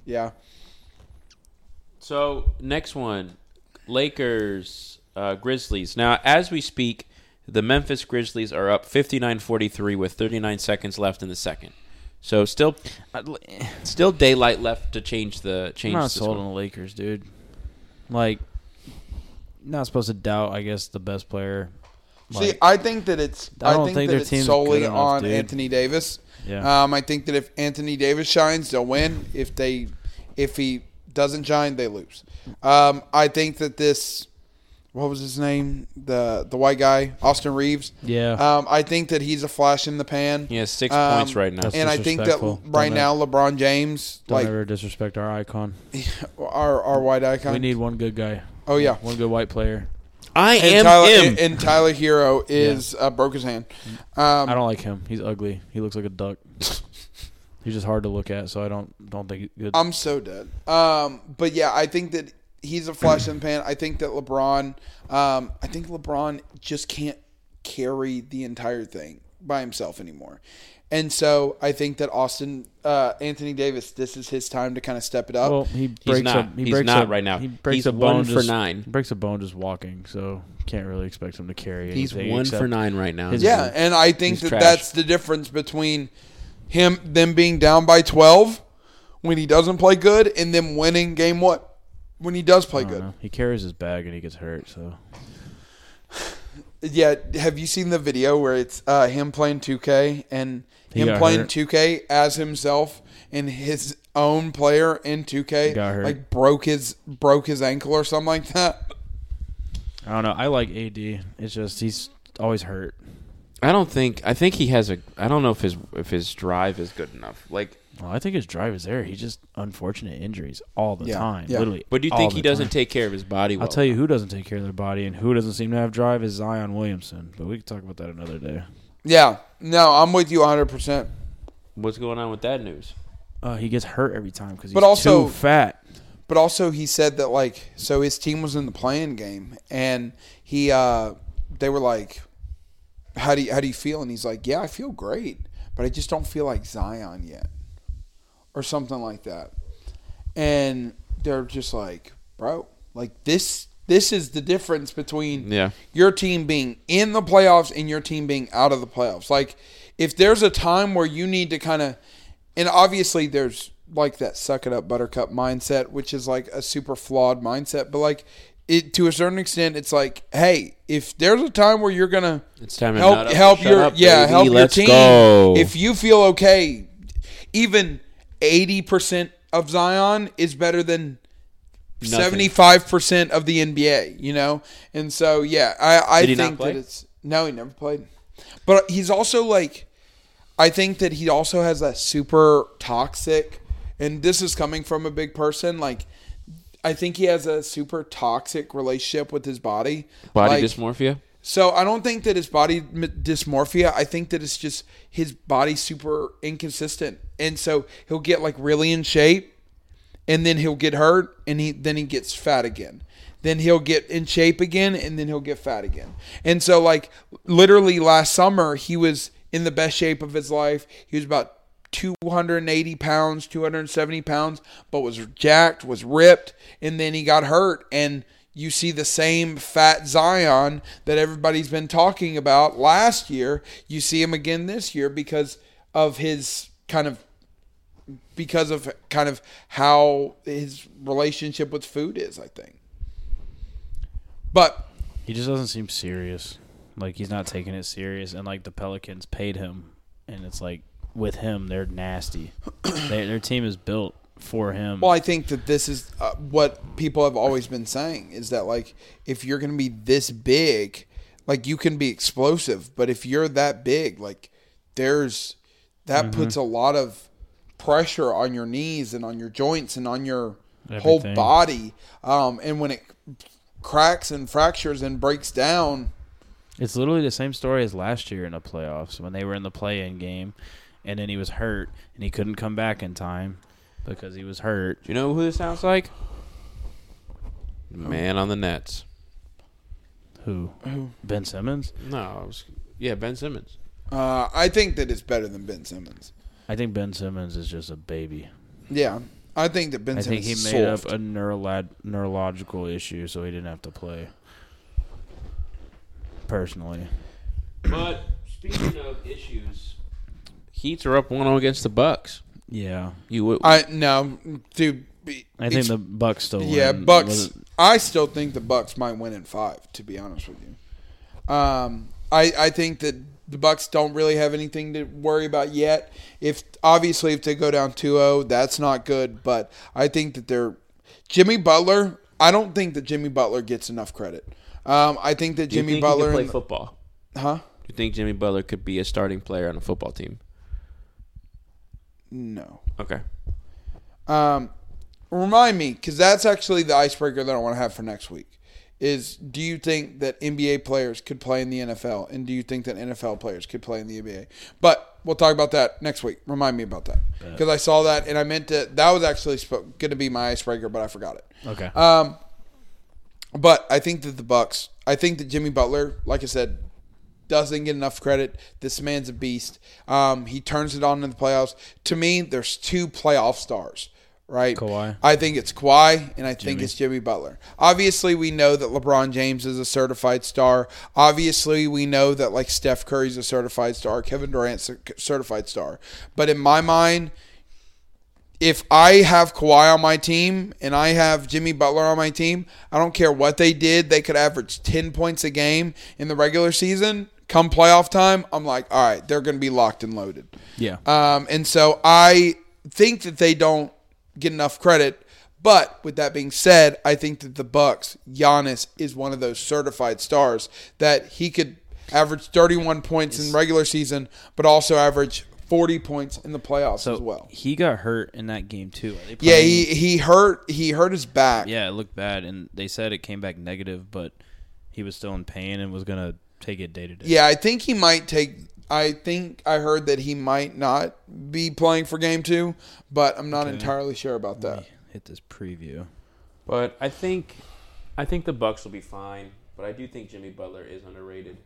Yeah.
So next one, Lakers, uh, Grizzlies. Now, as we speak, the Memphis Grizzlies are up 59-43 with 39 seconds left in the second. So still, still daylight left to change the
I'm
change.
eh, not
the
sold on
score.
the Lakers, dude. Like, not supposed to doubt. I guess the best player.
See,
Like,
I think that it's
I
I,
don't
think,
think
that
their
it's
team's
solely
good enough,
on
dude.
Anthony Davis.
Yeah.
Um, I think that if Anthony Davis shines, they'll win. If they if he doesn't shine, they lose. Um, I think that this what was his name? The the white guy, Austin Reeves.
yeah.
Um, I think that he's a flash in the pan.
He has six
Um,
points right now.
That's
and I think that
disrespectful.
right
Don't
now LeBron James,
Don't
like
ever disrespect our icon.
our our white icon.
We need one good guy.
oh yeah,
One good white player.
I
and
am
Tyler,
him.
and, and Tyler Hero is uh, broke his hand. Um,
I don't like him. He's ugly. He looks like a duck. He's just hard to look at, so I don't don't think he's good.
I'm so dead. Um, but yeah, I think that he's a flash in the pan. I think that LeBron, um, I think LeBron just can't carry the entire thing by himself anymore. And so I think that Austin, uh, Anthony Davis, this is his time to kind of step it up.
well, he breaks
He's not.
a, he
He's
breaks
not
a-
right now.
He breaks
He's
a bone
one for
just-
nine.
Breaks a bone just walking, so can't really expect him to carry.
He's
anything
one
except-
for nine right now.
his-
yeah, and I think
He's
that
trash.
that's the difference between him, them being down by 12 when he doesn't play good, and them winning game one when he does
Oh,
play
I
good.
don't know. He carries his bag and he gets hurt. So
Yeah, have you seen the video where it's uh, him playing 2K and
He
him
got
playing
hurt.
2K as himself and his own player in 2K
Got hurt.
like broke his broke his ankle or something like that?
I don't know. I like AD. It's just he's always hurt.
I don't think. I think he has a. I don't know if his if his drive is good enough. Like,
Well, I think his drive is there. He just unfortunate injuries all the
Yeah,
time.
yeah.
Literally.
but do you
all
think
the
he doesn't
time.
take care of his body? Well
I'll tell you who doesn't take care of their body and who doesn't seem to have drive is Zion Williamson. But we can talk about that another day.
Yeah. No, I'm with you 100%.
what's going on with that news.
Uh, he gets hurt every time because he's
But also-
too fat.
But also he said that like so his team was in the playing game and he uh they were like how do you, how do you feel and he's like yeah, I feel great, but I just don't feel like Zion yet. Or something like that. And they're just like, "Bro, like this this is the difference between
Yeah.
your team being in the playoffs and your team being out of the playoffs. Like, if there's a time where you need to kind of, and obviously there's like that suck it up buttercup mindset, which is like a super flawed mindset, but like it to a certain extent, it's like, hey, if there's a time where you're gonna
It's time to
help
nut up
help
and shut
your
up,
yeah
baby.
help
Let's
your team,
go.
if you feel okay, even eighty percent of Zion is better than
Nothing.
seventy five percent of the NBA, you know? And so yeah, I, I
Did he
think
not play?
that it's no, he never played. But he's also like I think that he also has that super toxic and this is coming from a big person, like I think he has a super toxic relationship with his body.
Body
Like,
dysmorphia.
so I don't think that his body m- dysmorphia. I think that it's just his body super inconsistent, and so he'll get like really in shape, and then he'll get hurt, and he then he gets fat again. Then he'll get in shape again, and then he'll get fat again. And so like literally last summer, he was in the best shape of his life. He was about 280 pounds, 270 pounds, but was jacked, was ripped, and then he got hurt. And you see the same fat Zion that everybody's been talking about last year. You see him again this year because of his kind of because of kind of how his relationship with food is, I think. But
He just doesn't seem serious. Like he's not taking it serious, and like the Pelicans paid him, and it's like with him they're nasty. they, their team is built for him.
Well, I think that this is uh, what people have always been saying is that like if you're going to be this big, like you can be explosive, but if you're that big, like there's that puts a lot of pressure on your knees and on your joints and on your whole
Everything.
body. Um, and when it cracks and fractures and breaks down,
It's literally the same story as last year in the playoffs when they were in the play-in game, and then he was hurt and he couldn't come back in time because he was hurt.
Do you know who this sounds like? The Man on the Nets.
Who? Ben Simmons.
No, I was, yeah, Ben Simmons.
uh, I think that it's better than Ben Simmons.
I think Ben Simmons is just a baby.
Yeah, I think that Ben
I think
Simmons
he
is
made
soft.
up a neurolad neurological issue, so he didn't have to play. Personally,
But speaking of issues, Heats are up 1-0 against the Bucks.
yeah.
You would
I no, dude. be-
I think the Bucks still.
Yeah,
win. Was
Bucks.
it-
I still think the Bucks might win in five. To be honest with you, um, I I think that the Bucks don't really have anything to worry about yet. If obviously if they go down 2-0, that's not good. But I think that they're Jimmy Butler. I don't think that Jimmy Butler gets enough credit. Um, I think that
do you
Jimmy
think he could
Butler,
play
and-
football.
huh?
Do you think Jimmy Butler could be a starting player on a football team?
No.
Okay.
Um, remind me, because that's actually the icebreaker that I want to have for next week. Is do you think that NBA players could play in the NFL, and do you think that NFL players could play in the NBA? But we'll talk about that next week. Remind me about that because I saw that and I meant to. That was actually sp- going to be my icebreaker, but I forgot it.
Okay.
Um, but I think that the Bucks. I think that Jimmy Butler, like I said, doesn't get enough credit. This man's a beast. Um, he turns it on in the playoffs. To me, there's two playoff stars, right?
Kawhi.
I think it's Kawhi, and I think it's Jimmy Butler. Obviously, we know that LeBron James is a certified star. Obviously, we know that like Steph Curry's a certified star. Kevin Durant's a c- certified star. But in my mind, if I have Kawhi on my team and I have Jimmy Butler on my team, I don't care what they did. They could average 10 points a game in the regular season. Come playoff time, I'm like, all right, they're going to be locked and loaded.
yeah.
Um, and so I think that they don't get enough credit. But with that being said, I think that the Bucks, Giannis is one of those certified stars that he could average 31 points in regular season, but also average 40 points in the playoffs
so
as well.
he got hurt in that game too. Are they
Yeah,
playing-
he,
Um,
he hurt he hurt his back.
Yeah, it looked bad, and they said it came back negative, but he was still in pain and was gonna take it day to day.
Yeah, I think he might take. I think I heard that he might not be playing for game two, but I'm not entirely sure about that.
Hit this preview.
But I think I think the Bucks will be fine, but I do think Jimmy Butler is underrated.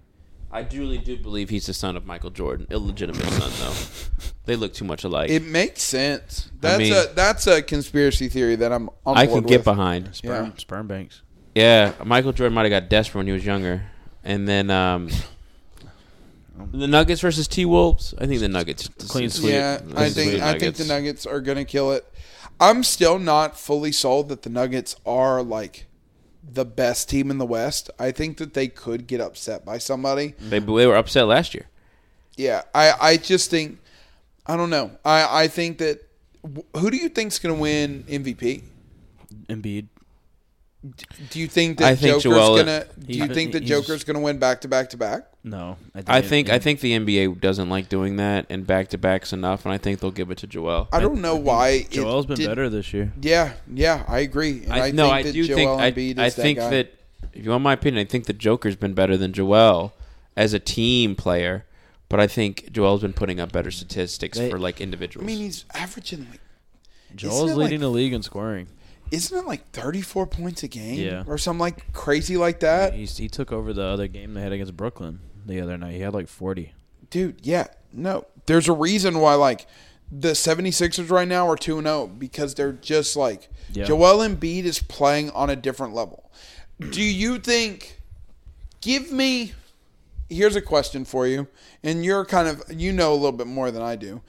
I truly do believe he's the son of Michael Jordan, illegitimate son though. They look too much alike.
It makes sense. That's
mean-
a that's a conspiracy theory that I'm on board
I can get
with.
behind.
Yeah.
Sperm, sperm banks.
Yeah, Michael Jordan might have got desperate when he was younger, and then um, the Nuggets versus T Wolves. I think the Nuggets
Clean sweep.
Yeah,
This
I
is
think
sweet
I think the
Nuggets.
Nuggets are gonna kill it. I'm still not fully sold that the Nuggets are like the best team in the West. I think that they could get upset by somebody.
They, they were upset last year.
Yeah, I, I just think I don't know. I, I think that who do you think's going to win MVP?
Embiid.
Do you think that
I
Joker's
think Joel-
going to Do you
He's-
think that
he's-
Joker's going to win back to back to back?
No,
I think I think the NBA doesn't like doing that, and back to backs enough, and I think they'll give it to Joel.
I don't know why it
Joel's been
did-
better this year.
Yeah, yeah, I agree. And I,
I, no,
think
I
that
do
Joel
think I,
Embiid
I
is that
think
guy.
that if you want my opinion, I think the Joker's been better than Joel as a team player, but I think Joel's been putting up better statistics
They-
for like
I
individuals.
mean, he's averaging like
Joel's
Isn't it
leading
like-
the league in scoring.
isn't it like 34 points a game
Yeah.
or something like crazy like that?
He's, he took over the other game they had against Brooklyn the other night. He had like forty.
Dude, yeah. No. There's a reason why like the 76ers right now are 2 0 because they're just like
Yeah.
Joel Embiid is playing on a different level. Do you think give me here's a question for you and you're kind of you know a little bit more than I do.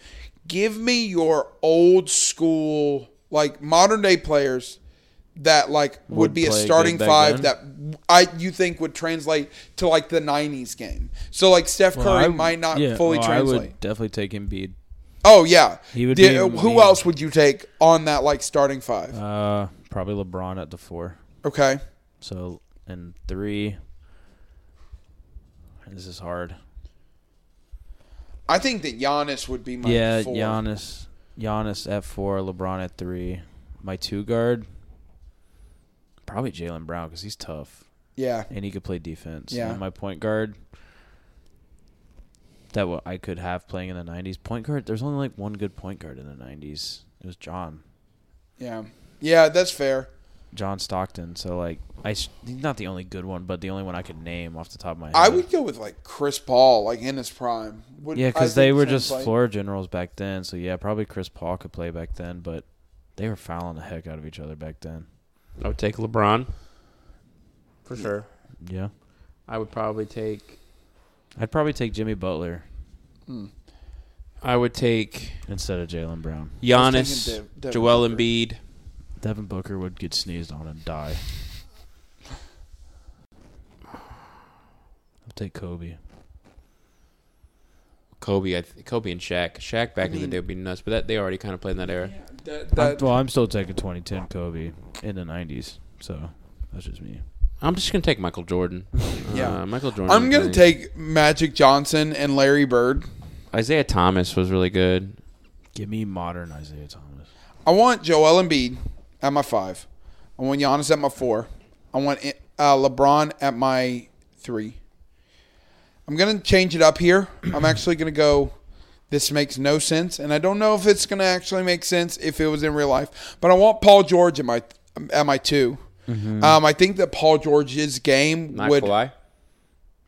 Give me your old school like modern day players that like would,
Would
be a
play
starting
good back
five
then?
that I you think would translate to like the '90s game. So like Stef Curry
I-
might not
yeah,
fully
well, I
translate.
would definitely take Embiid.
Oh yeah.
He would
Did-
be
who
mean.
else would you take on that like starting five?
Uh, probably LeBron at the four.
okay.
So and three. This is hard.
I think that Giannis would be my
yeah,
four.
Giannis. Giannis at four. LeBron at three. My two guard. Probably Jalen Brown because he's tough
Yeah.
and he could play defense.
Yeah.
And my point guard. That what I could have playing in the '90s. Point guard. There's only like one good point guard in the '90s. It was John.
Yeah. Yeah, that's fair.
John Stockton. So like I, s- he's not the only good one, but the only one I could name off the top of my head.
I would go with like Chris Paul, like in his prime. Would,
Yeah,
I
because
think
they were just
translate-
floor generals back then. So yeah, probably Chris Paul could play back then, but they were fouling the heck out of each other back then.
I would take LeBron. For sure.
Yeah,
I would probably take.
I'd probably take Jimmy Butler
I would take
instead of Jalen Brown.
Giannis,
I was thinking Dev- Devin
Joel
Booker.
Embiid.
Devin Booker would get sneezed on and die. I'll take Kobe.
Kobe, I th- Kobe and Shaq. Shaq back in the day would be nuts, but that they already kind of played in that era.
That,
I'm-
that,
well, I'm still taking 2010 Kobe in the 90s, so that's just me.
I'm just gonna take Michael Jordan.
Yeah.
uh, Michael Jordan.
I'm
would
gonna
be-
take Magic Johnson and Larry Bird.
Isaiah Thomas was really good.
Give me modern Isaiah Thomas.
I want Joel Embiid at my five. I want Giannis at my four. I want uh, LeBron at my three. I'm gonna change it up here. I'm actually gonna go. This makes no sense, and I don't know if it's gonna actually make sense if it was in real life. But I want Paul George at my at my 2 Um, I think that Paul George's game
Mm-hmm. Not
would
Kawhi.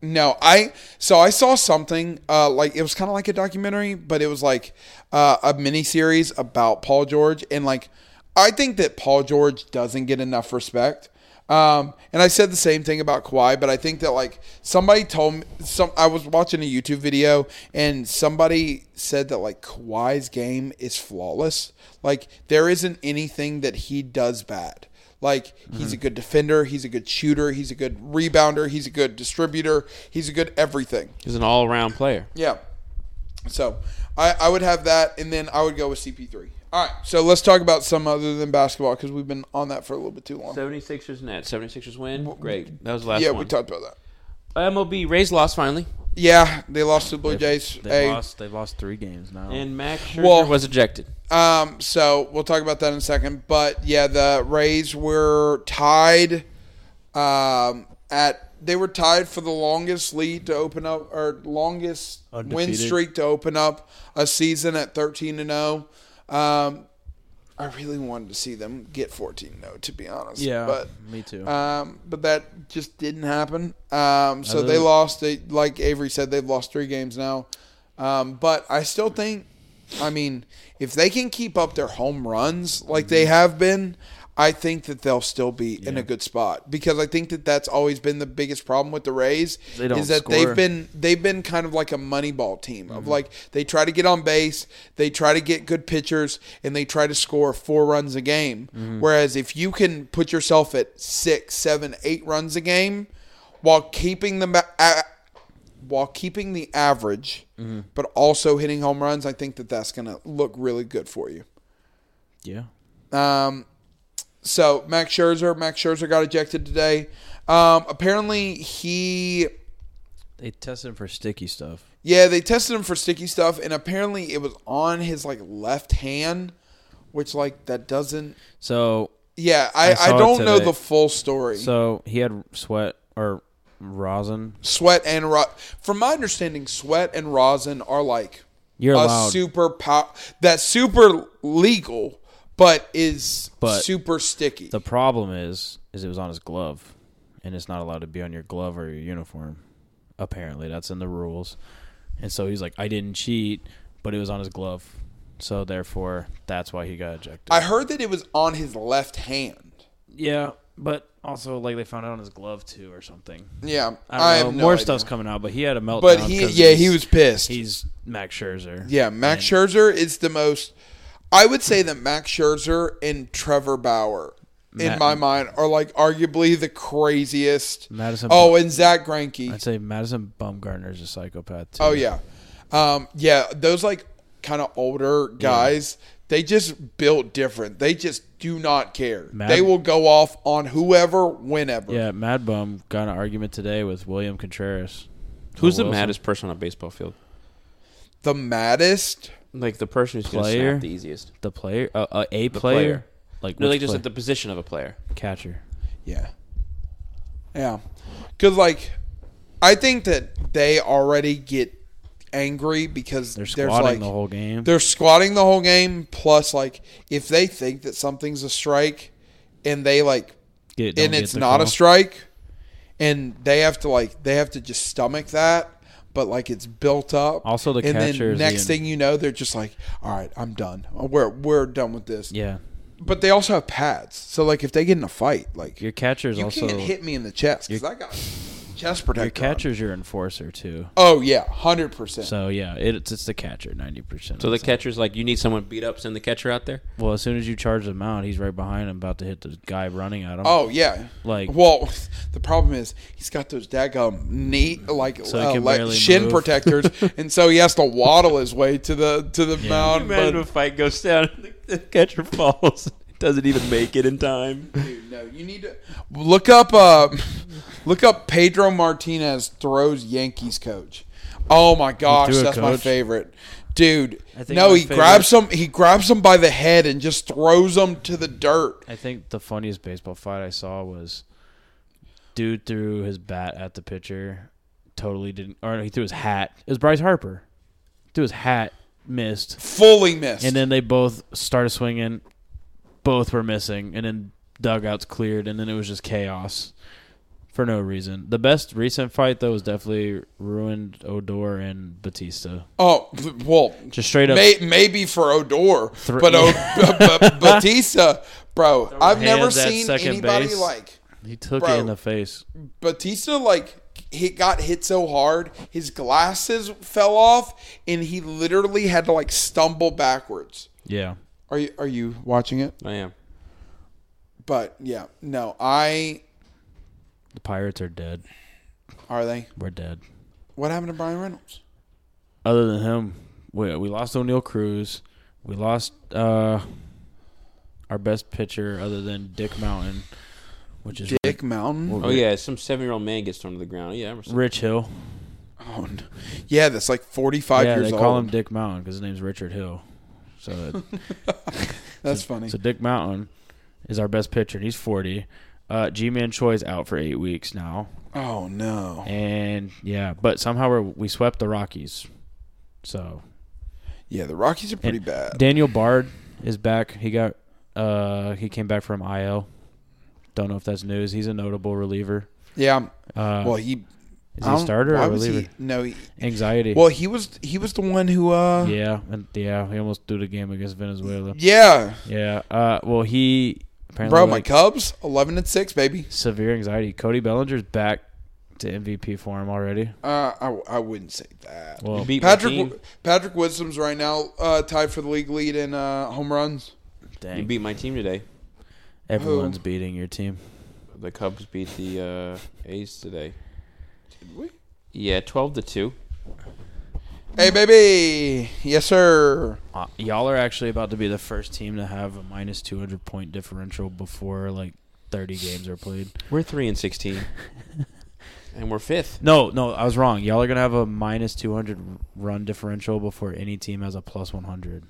no, I so I saw something uh, like it was kind of like a documentary, but it was like uh, a mini series about Paul George, and like I think that Paul George doesn't get enough respect. Um, and I said the same thing about Kawhi, but I think that like somebody told me some I was watching a YouTube video and somebody said that like Kawhi's game is flawless. Like there isn't anything that he does bad. Like he's a
Mm-hmm.
good defender, he's a good shooter, he's a good rebounder, he's a good distributor, he's a good everything.
He's an all-around player.
Yeah. So I, I would have that, and then I would go with CP3. All right, so let's talk about some other than basketball because we've been on that for a little bit too long.
76ers net. 76ers win. Great. That was the last
yeah,
one. Uh,
we talked about that.
MLB Rays lost finally,
Yeah, they lost to the Blue Jays.
They
Hey,
lost. They lost three games now.
and Max Scherzer
Well-
was ejected.
Um, so we'll talk about that in a second. But yeah, the Rays were tied um, at they were tied for the longest lead to open up or longest win
Undefeated.
streak to open up a season at thirteen and zero. Um, I really wanted to see them get fourteen and zero to be honest.
yeah,
but
me too.
um, but that just didn't happen. Um, so
Other-
they lost. They, like Avery said, they've lost three games now. Um, but I still think, I mean, if they can keep up their home runs like they
Mm-hmm.
have been, I think that they'll still be in a good spot because I think that that's always been the biggest problem with the Rays
They don't
is that
score.
they've been they've been kind of like a Moneyball team of like they try to get on base, they try to get good pitchers, and they try to score four runs a game. Whereas if you can put yourself at six, seven, eight runs a game, while keeping them ba- a- while keeping the average, but also hitting home runs, I think that that's going to look really good for you.
yeah,
Um, so Max Scherzer, Max Scherzer got ejected today. Um, apparently he
they tested him for sticky stuff.
Yeah, they tested him for sticky stuff, and apparently it was on his like left hand, which like that doesn't.
So
Yeah, I,
I saw
I,
it
don't know
today.
the full story.
so he had sweat or rosin.
sweat and ro- from my understanding, sweat and rosin are like
You're
a
allowed.
super pow- that super legal, but is
But
super sticky.
the problem is, is it was on his glove, and it's not allowed to be on your glove or your uniform. Apparently, that's in the rules. And so he's like, I didn't cheat, but it was on his glove. So therefore, that's why he got ejected.
I heard that it was on his left hand.
yeah, but also like they found it on his glove too or something.
Yeah,
I don't know.
have no
More
idea.
stuff's coming out, but he had a meltdown.
But he,
'cause
yeah, he
he's-
was pissed.
He's Max Scherzer.
Yeah, Max Scherzer is the most. I would say that Max Scherzer and Trevor Bauer, in
Ma-
my mind, are like arguably the craziest.
Madison.
Oh, and Zach Greinke.
I'd say Madison Bumgarner's a psychopath too.
Oh yeah, um, yeah. Those like kind of older guys, they just built different. They just do not care.
Mad-
They will go off on whoever, whenever.
Yeah, Mad Bum got in an argument today with William Contreras.
Who's the
Wilson.
maddest person on a baseball field?
The maddest.
Like the person who's going to
Player?
snap the easiest.
The player, uh, uh, a player?
player.
like
No,
which
like just
play-
at the position of a player.
catcher.
Yeah. Yeah. Because, like, I think that they already get angry because
They're
there's
squatting
like
the whole game.
they're squatting the whole game plus like if they think that something's a strike and they like
Get- don't
and
get
it's
the
not
call.
a strike and they have to like they have to just stomach that but like it's built up
Also, the
and
catcher
then
is
next
the-
thing you know they're just like all right i'm done we're we're done with this
Yeah,
but they also have pads so like if they get in a fight like
your catcher's
you
also
can't hit me in the chest because i got chest protector
your
on.
catcher's your enforcer too.
oh yeah 100%
So yeah, it, it's it's the catcher ninety percent.
So the catcher's like, you need someone beat up, send the catcher out there.
well, as soon as you charge the mound, he's right behind him, about to hit the guy running at him.
Oh yeah.
Like-
well, the problem is he's got those daggum neat like,
So he
uh,
can
like
barely
shin
move.
protectors, and so he has to waddle his way to the to the mound.
Imagine
but-
if a fight goes down and the catcher falls. Doesn't even make it in time.
Dude, no, you need to look up uh, look up Pedro Martinez throws Yankees coach. Oh my gosh,
threw a
that's my
coach?
favorite. Dude,
I think
no,
my
he
favorite-
grabs him. He grabs him by the head and just throws him to the dirt.
I think the funniest baseball fight I saw was dude threw his bat at the pitcher, totally didn't, or no, he threw his hat. It was Bryce Harper. Threw his hat, missed,
Fully missed.
and then they both started swinging. Both were missing, and then dugouts cleared, and then it was just chaos for no reason. The best recent fight though was definitely ruined Odor and Batista.
oh well,
Just straight up,
May, maybe for Odor,
Thr-
but o- b- b- Batista, bro, I've never
hands at
seen
second
anybody
base.
like
he took
Bro.
it in the face.
Batista. Like he got hit so hard, his glasses fell off, and he literally had to like stumble backwards.
Yeah,
Are you are you watching it?
I am.
But yeah, no, I
the Pirates are dead.
are they?
We're dead.
What happened to Brian Reynolds?
other than him, we we lost O'Neill Cruz. We lost uh, our best pitcher other than Dick Mountain, which is
Dick Mountain.
Oh yeah, some seven-year-old man gets thrown to the ground. Yeah, I remember seeing-
Rich Hill.
Oh, no. Yeah, that's like forty five
yeah,
years
they
old.
call him Dick Mountain because his name's Richard Hill. So,
that's funny.
so Dick Mountain is our best pitcher, and he's forty. Uh, G-Man Choi's out for eight weeks now,
Oh no.
and yeah, but somehow we're, we swept the Rockies. So
Yeah, the Rockies are pretty
And
bad.
Daniel Bard is back. He got uh he came back from IL. Don't know if that's news. He's a notable reliever.
yeah. um,
Uh
Well, he I
is he a
don't-
starter
why
or
was he-
reliever?
no, he,
Anxiety.
well, he was he was the one who uh yeah,
yeah, and yeah, he almost threw the game against Venezuela. Yeah. Uh well he apparently
bro, my
like,
Cubs eleven and six, baby.
severe anxiety. Cody Bellinger's back to MVP form already.
Uh, I, I wouldn't say that.
Well,
You beat my
Patrick
team.
Patrick Wisdom's right now uh, tied for the league lead in uh, home runs.
You
dang.
beat my team today.
Everyone's beating your team.
The Cubs beat the uh, A's today.
Did we?
Yeah, twelve to two.
Hey, baby, yes sir.
Uh, y'all are actually about to be the first team to have a minus 200 point differential before like 30 games are played.
We're three and sixteen, and we're fifth.
No, no, I was wrong. Y'all are gonna have a minus two hundred run differential before any team has a plus one hundred.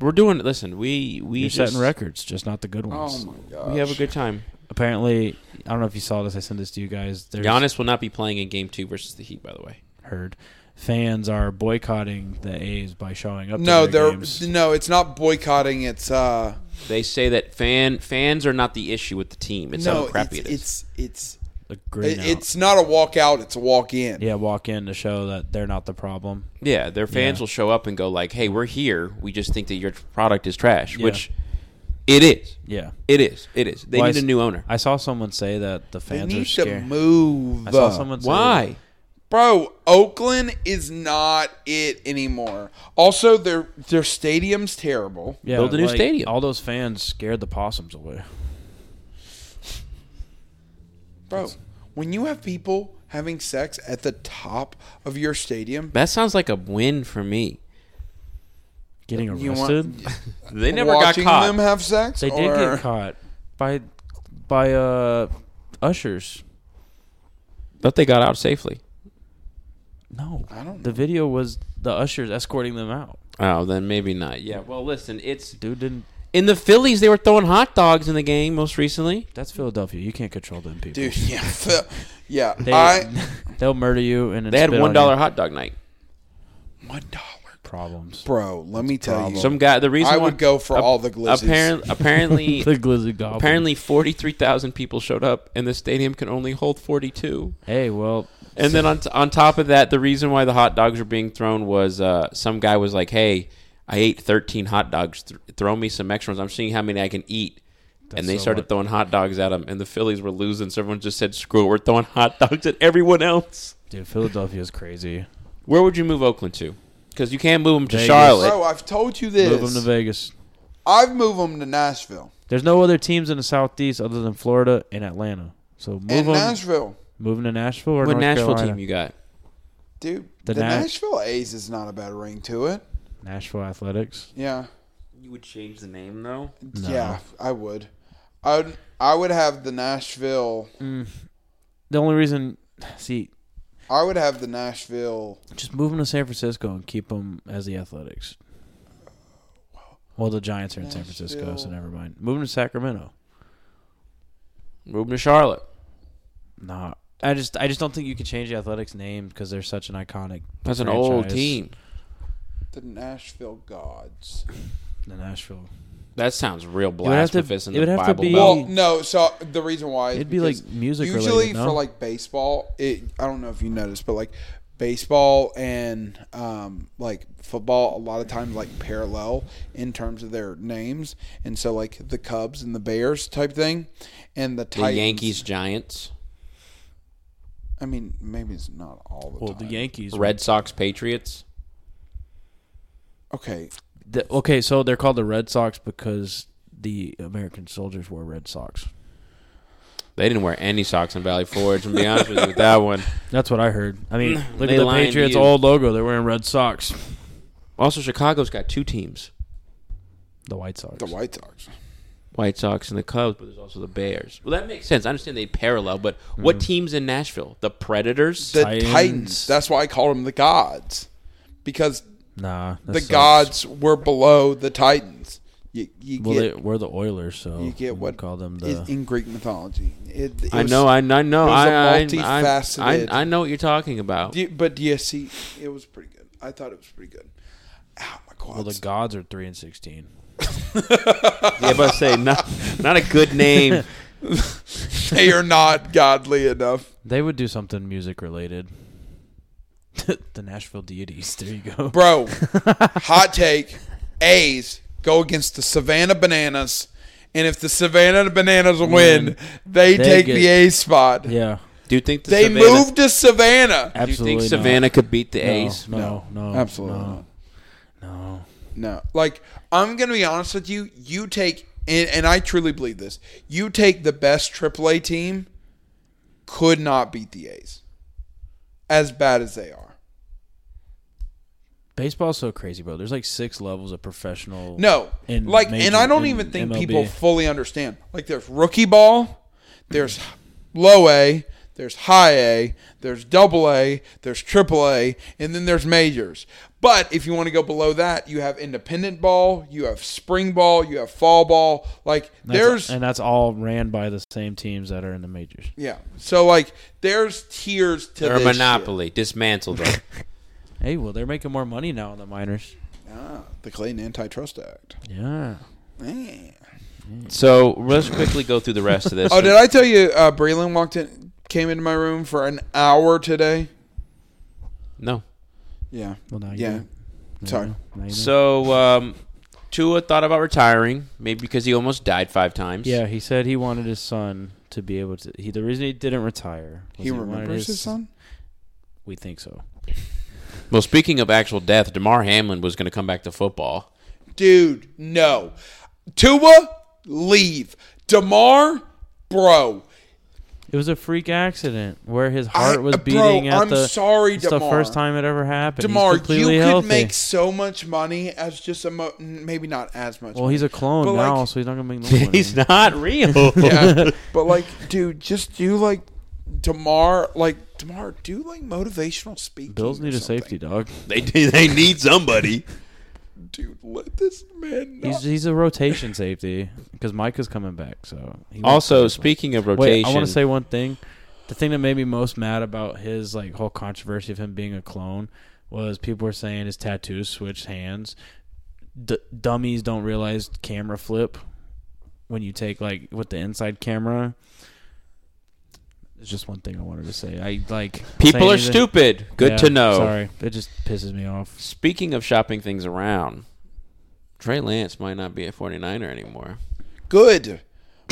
We're doing. Listen, we we
You're
just,
setting records, just not the good
Oh
ones.
my god,
We have a good time.
Apparently, I don't know if you saw this. I sent this to you guys. There's
Giannis will not be playing in Game Two versus the Heat. By the way,
heard fans are boycotting the A's by showing up.
No,
to their
they're
games.
no, it's not boycotting. It's uh,
they say that fan fans are not the issue with the team. It's
no,
how crappy
it's,
it is.
It's
The
it's
green out.
it's not a walkout. It's a walk in.
yeah, walk in to show that they're not the problem.
yeah, their fans
Yeah.
will show up and go like, "Hey, we're here. We just think that your product is trash,"
Yeah.
which it is.
Yeah,
It is. It is. They
Well, I
need a
s-
new owner.
I saw someone say that the
They
fans are
need to
scared.
move.
I saw someone say
Why?
Bro, Oakland is not it anymore. Also, their their stadium's terrible.
Yeah,
Build a new
like,
stadium.
All those fans scared the possums away.
Bro, when you have people having sex at the top of your stadium,
That sounds like a win for me.
Getting
You want-
arrested?
They never got
watching
caught.
them have sex.
They did
or,
get caught by by uh ushers.
But they got out safely.
No,
I don't
The video was the ushers escorting them out.
Oh, then maybe not. Yeah. Well, listen, it's
Dude didn't.
in the Phillies. They were throwing hot dogs in the game most recently.
That's Philadelphia. You can't control them people.
dude. Yeah, Phil- yeah.
They,
I
they'll murder you and then
They had
spit on
one dollar
you.
hot dog night.
one dollar,
problems.
bro. Let me tell you,
Some guy. The reason
I
why-
would go for
ap-
all the glizzies.
Apparently, apparently,
the Glizzy Goblin.
apparently, forty three thousand people showed up, and the stadium can only hold forty two.
hey, well,
And then on, t- on top of that, the reason why the hot dogs were being thrown was uh, some guy was like, "Hey, I ate 13 hot dogs. Th- throw me some extra ones. I'm seeing how many I can eat." and they
so
started
what-
throwing hot dogs at him, and the Phillies were losing. So everyone just said, "Screw it, we're throwing hot dogs at everyone else."
dude, Philadelphia is crazy.
Where would you move Oakland to? Because you can't move them to
Vegas.
Charlotte.
bro. I've told you
Move them
this.
to Vegas.
I've moved them to Nashville
There's no other teams in the Southeast other than Florida and Atlanta. So move
and
them,
Nashville,
move 'em to Nashville or
What
North
Nashville
Carolina.
team you got?
dude.
The
The,
Nash-
Nashville A's is not a bad ring to it.
Nashville Athletics.
Yeah,
You would change the name though.
No.
yeah. I would. I would. I would have the Nashville.
The only reason, see,
I would have the Nashville.
Just move them to San Francisco and keep them as the Athletics. Well, the Giants are in San Francisco, so
Nashville.
never mind. Move them to Sacramento.
Move them to Charlotte.
Nah, I just I just don't think you can change the Athletics name because they're such an iconic.
That's an old
franchise.
team.
The Nashville Gods.
The Nashville.
That sounds real
would have to-
blasphemous in
it would
the
have to
Bible
be-
Belt.
Well, no. So the reason why is
It'd be
because
like music related,
Usually
no?
for like baseball, it I don't know if you noticed, but like baseball and um, like football, a lot of times like parallel in terms of their names, and so like the Cubs and the Bears type thing, and the
the
Titans.
Yankees, Giants,
I mean, maybe it's not all the
Well, the
time.
Yankees.
Red Sox, Patriots.
okay,
The- okay, so they're called the Red Sox because the American soldiers wore red socks.
They didn't wear any socks in Valley Forge. I'm be honest with you with that one.
That's what I heard. I mean, look
They
at the
lying to
Patriots'
you.
old logo. They're wearing red socks.
Also, Chicago's got two teams:
The White Sox.
the White Sox.
White Sox and the Cubs, but there's also the Bears. Well, that makes sense. I understand they parallel, but what
Mm-hmm.
teams in Nashville? The Predators.
The
Titans.
Titans. That's why I call them the Gods, because
nah, that
the
sucks.
Gods were below the Titans. You, you
Well, uh,
get
they, we're the Oilers, so
You get
we
what
call them the.
is in Greek mythology. It, it
I
was-
know, I, I know,
it was a
I, I, I, I,
multifaceted-
I know what you're talking about.
Do you- but do you see? It was pretty good. I thought it was pretty good. Ow, my quads.
well, the gods are three and sixteen.
yeah, but I say not, not a good name.
they are not godly enough.
They would do something music related. the Nashville deities. There you go.
Bro, hot take. A's go against the Savannah Bananas. And if the Savannah Bananas win, they,
They
take
get-
the A spot.
Yeah,
Do you think the
They
Savannah,
move to Savannah.
Do you think
absolutely. not.
Savannah could beat the
No,
A's?
No, no,
Absolutely
no,
not.
no.
No. Like, I'm going to be honest with you. You take, and, and I truly believe this, you take the best AAA team, could not beat the A's. As bad as they are.
Baseball's so crazy, bro. There's like six levels of professional.
No,
in
like,
major-
and I don't
in
even think
MLB.
people fully understand. Like, there's rookie ball, there's low A, there's high A, there's double A, there's triple A, and then there's majors. But if you want to go below that, you have independent ball, you have spring ball, you have fall ball. Like,
That's-
there's
and that's all ran by the same teams that are in the majors.
yeah. So like, there's tiers to
They're a
this shit.
monopoly. Dismantle them.
Hey, well, they're making more money now in the minors.
Ah, the Clayton Antitrust Act.
Yeah,
Man.
so let's quickly go through the rest of this.
Oh, did I tell you? Uh, Breland walked in, came into my room for an hour today.
No.
Yeah.
Well, now you
yeah.
do.
Sorry.
Now you know.
So um, Tua thought about retiring, maybe because he almost died five times.
Yeah, he said he wanted his son to be able to. He the reason he didn't retire. was
He
wanted
remembers his son?
We think so.
Well, speaking of actual death, Damar Hamlin was going to come back to football.
Dude, no. Tua, leave. DeMar, bro.
It was a freak accident where his heart
I- uh,
was
bro,
beating at
I'm
the.
sorry,
it's the
Damar.
first time it ever happened. He's
Damar, you
completely
could
healthy.
make so much money as just a mo- maybe not as much.
Well, he's a clone
But, like-
now, so he's not gonna make no money.
He's not real.
yeah, but like, dude, just do like Damar, like Damar, do like motivational speaking.
Bills
or
need a
something.
safety dog.
they they need somebody.
dude. Let this man. Not-
He's he's a rotation safety because Micah's coming back. So he won't
Also,
play.
speaking of
Wait,
rotation,
I want to say one thing. The thing that made me most mad about his like whole controversy of him being a clone was people were saying his tattoos switched hands. D- dummies don't realize camera flip when you take like with the inside camera. There's just one thing I wanted to say. I like
people
saying
are
anything-
stupid. Good
Yeah,
to know.
Sorry, it just pisses me off.
Speaking of shopping things around, Trey Lance might not be a 49er anymore.
good,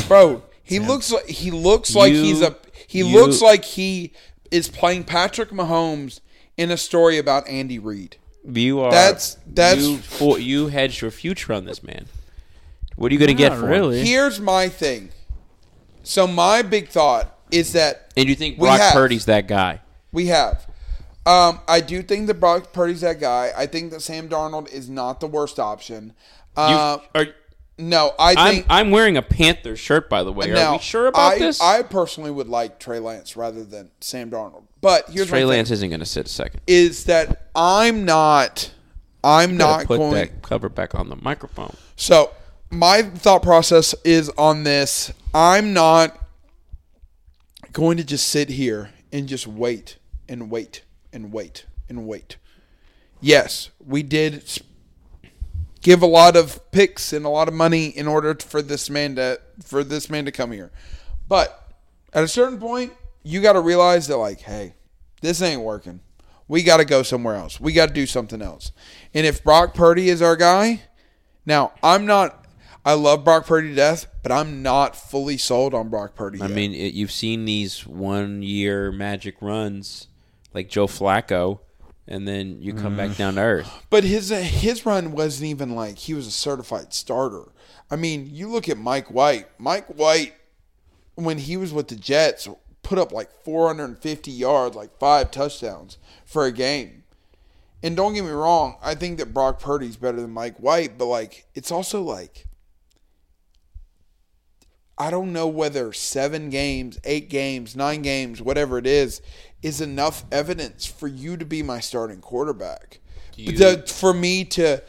bro. He looks like he looks like
You-
he's a he
you-
looks like he is playing Patrick Mahomes in a story about Andy Reid.
You are
That's- that's-
you, for, you hedged your future on this man. What are you going to get
Not
for
really.
him?
Here's my thing. So my big thought is that
And you think
We
Brock
have-
Purdy's that guy?
We have. Um, I do think that Brock Purdy's that guy. I think that Sam Darnold is not the worst option.
You,
Uh,
are,
no, I
I'm
think.
I'm wearing a Panther shirt by the way.
now,
are we sure about
I,
this?
I personally would like Trey Lance rather than Sam Darnold. But here's
Trey
my
Lance
thing,
isn't going to sit a second.
is that I'm not. I'm
Gotta
not
put
going.
that cover back on the microphone.
So my thought process is on this. I'm not going to just sit here and just wait and wait and wait and wait. Yes, we did s- give a lot of picks and a lot of money in order t- for this man to for this man to come here. But at a certain point, you got to realize that like, hey, this ain't working. We got to go somewhere else. We got to do something else. And if Brock Purdy is our guy, now I'm not. I love Brock Purdy to death, but I'm not fully sold on Brock Purdy.
I mean, it, you've seen these one year magic runs like Joe Flacco, and then you come
Mm.
back down to earth.
But his uh, his run wasn't even like he was a certified starter. I mean, you look at Mike White. Mike White, when he was with the Jets, put up like 450 yards, like five touchdowns for a game. And don't get me wrong, I think that Brock Purdy's better than Mike White, but like it's also like I don't know whether seven games, eight games, nine games, whatever it is, is enough evidence for you to be my starting quarterback. The- for me to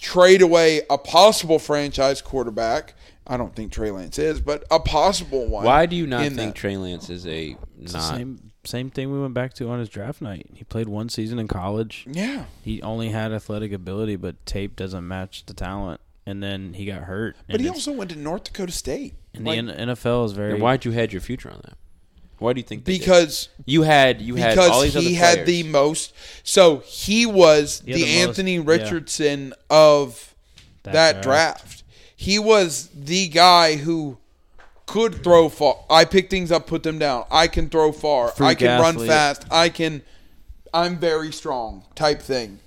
trade away a possible franchise quarterback, I don't think Trey Lance is, but a possible one.
Why do you not
in
think
that.
Trey Lance is a not?
Same same thing we went back to on his draft night. He played one season in college.
Yeah.
He only had athletic ability, but tape doesn't match the talent. And then he got hurt.
But
and
he
it's-
also went to North Dakota State.
and
Like,
the N- NFL is very
Then why'd you hedge your future on that? Why do you think they did?
because
you had you had all
because
these other
he had the
players.
most. So he was
He
the
had the most-
Anthony
yeah.
Richardson of that,
That
draft. He was the guy who could throw far. I pick things up, put them down. I can throw far. I
Freak
can run
athlete.
fast. I can. I'm very strong type thing.